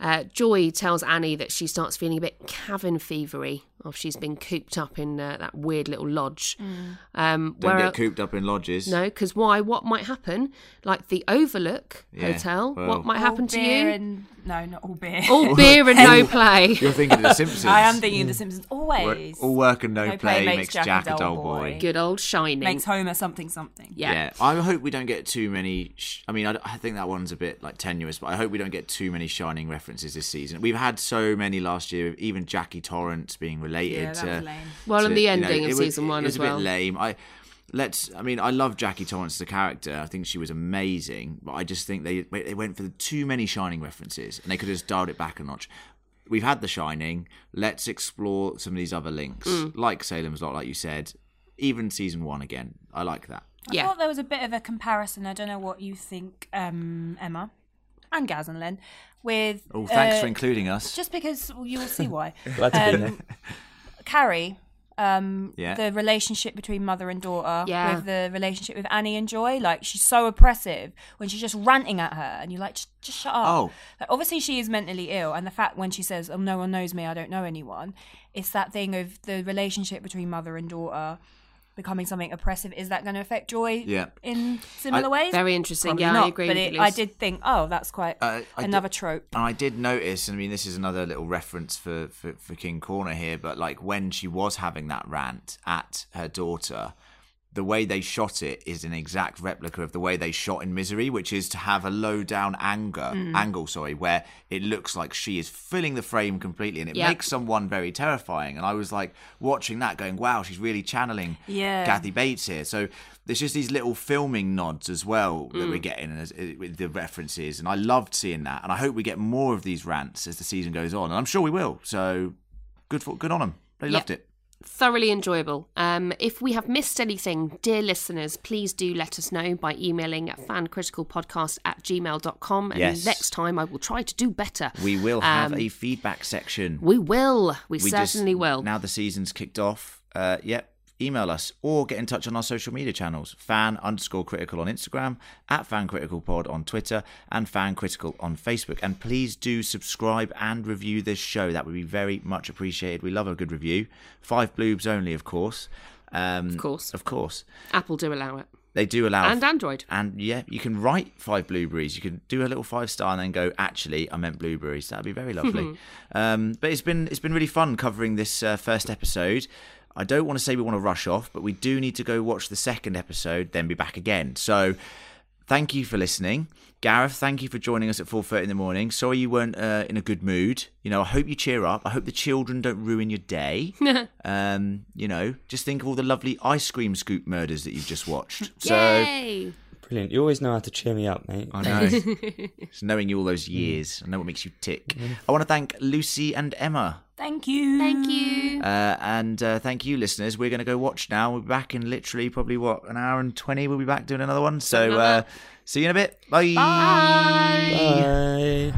S3: uh, Joy tells Annie that she starts feeling a bit cabin fevery after she's been cooped up in uh, that weird little lodge.
S5: Mm.
S3: Um,
S2: Don't
S3: where
S2: get cooped up in lodges.
S3: no, because why? What might happen? Like the Overlook
S2: Yeah,
S3: Hotel.
S2: well.
S3: what might
S5: All
S3: happen to
S5: beer
S3: you? Oh.
S5: And, no, not all beer.
S3: All beer and no play.
S2: You're thinking of the Simpsons.
S5: I am thinking of The Simpsons. Always.
S2: All work and no, play, makes Jack, a dull boy.
S3: Good old shining.
S5: Makes Homer something something.
S3: yeah.
S2: I hope we don't get too many. Sh- I mean, I, d- I think that one's a bit like tenuous, but I hope we don't get too many shining references this season. We've had so many last year, even Jackie Torrance being related.
S5: Yeah, that
S2: to,
S5: was lame.
S3: Well,
S2: to,
S3: and the
S2: you know,
S3: ending
S2: it was-
S3: of season one
S2: it was
S3: as
S2: a bit
S3: well.
S2: lame. I let's. I mean, I love Jackie Torrance as a character. I think she was amazing, but I just think they they went for the too many shining references, and they could have just dialed it back a notch. We've had The Shining. Let's explore some of these other links,
S3: Hmm.
S2: like Salem's Lot, like you said. Even season one again. I like that.
S5: I
S3: Yeah.
S5: thought there was a bit of a comparison. I don't know what you think, um, Emma, and Gaz and Len, with.
S2: Oh, thanks
S5: uh,
S2: for including us.
S5: Just because well, you'll see why.
S4: Glad to be
S5: Um, Carrie, um,
S2: Yeah.
S5: the relationship between mother and daughter,
S3: Yeah.
S5: with the relationship with Annie and Joy, like she's so oppressive when she's just ranting at her, and you're like, just, just shut up.
S2: Oh.
S5: Like, obviously she is mentally ill, and the fact when she says, "Oh, no one knows me, I don't know anyone," it's that thing of the relationship between mother and daughter becoming something oppressive. Is that going to affect Joy?
S2: Yeah.
S5: in similar
S2: I-
S5: ways.
S3: Very interesting.
S5: Probably
S3: yeah,
S5: not,
S3: I agree
S5: But
S3: with
S5: it,
S3: you,
S5: I
S3: Liz.
S5: did think, oh, that's quite
S2: Uh, I did-
S5: another trope.
S2: And I did notice, and I mean, this is another little reference for, for, for King Corner here, but like when she was having that rant at her daughter, the way they shot it is an exact replica of the way they shot in Misery, which is to have a low down anger
S5: Hmm.
S2: angle, sorry, where it looks like she is filling the frame completely, and it
S3: Yeah.
S2: makes someone very terrifying. And I was like watching that, going, "Wow, she's really channeling
S5: Yeah.
S2: Kathy Bates here." So there's just these little filming nods as well that
S3: Mm.
S2: we're getting as, uh, with the references, and I loved seeing that. And I hope we get more of these rants as the season goes on, and I'm sure we will. So good for good on them. They
S3: Yeah.
S2: loved it.
S3: thoroughly enjoyable. Um, if we have missed anything, dear listeners, please do let us know by emailing at fancriticalpodcast at gmail.com. And
S2: Yes.
S3: next time I will try to do better.
S2: We will have
S3: Um,
S2: a feedback section.
S3: We will. We,
S2: We just-
S3: certainly will.
S2: Now the season's kicked off. Uh, yep. Email us or get in touch on our social media channels fan underscore critical on Instagram, at fan critical pod on Twitter, and fan critical on Facebook. And please do subscribe and review this show. That would be very much appreciated. We love a good review. Five bloobs only, of course. Um, of
S3: course.
S2: Of course.
S3: Apple do allow it.
S2: They do allow.
S3: And Android.
S2: And yeah, you can write five blueberries. You can do a little five star and then go. Actually, I meant blueberries. That'd be very lovely. um, but it's been it's been really fun covering this uh, first episode. I don't want to say we want to rush off, but we do need to go watch the second episode, then be back again. So thank you for listening. Gareth, thank you for joining us at 4.30 in the morning. Sorry you weren't uh, in a good mood. You know, I hope you cheer up. I hope the children don't ruin your day. um, you know, just think of all the lovely ice cream scoop murders that you've just watched. So,
S3: Yay!
S4: Brilliant. You always know how to cheer me up, mate.
S2: I know. it's knowing you all those years. I know what makes you tick. I want to thank Lucy and Emma.
S5: Thank you.
S3: Thank you.
S2: Uh, and uh, thank you, listeners. We're going to go watch now. We'll be back in literally probably, what, an hour and 20. We'll be back doing another one. So uh, see you in a bit. Bye.
S4: Bye.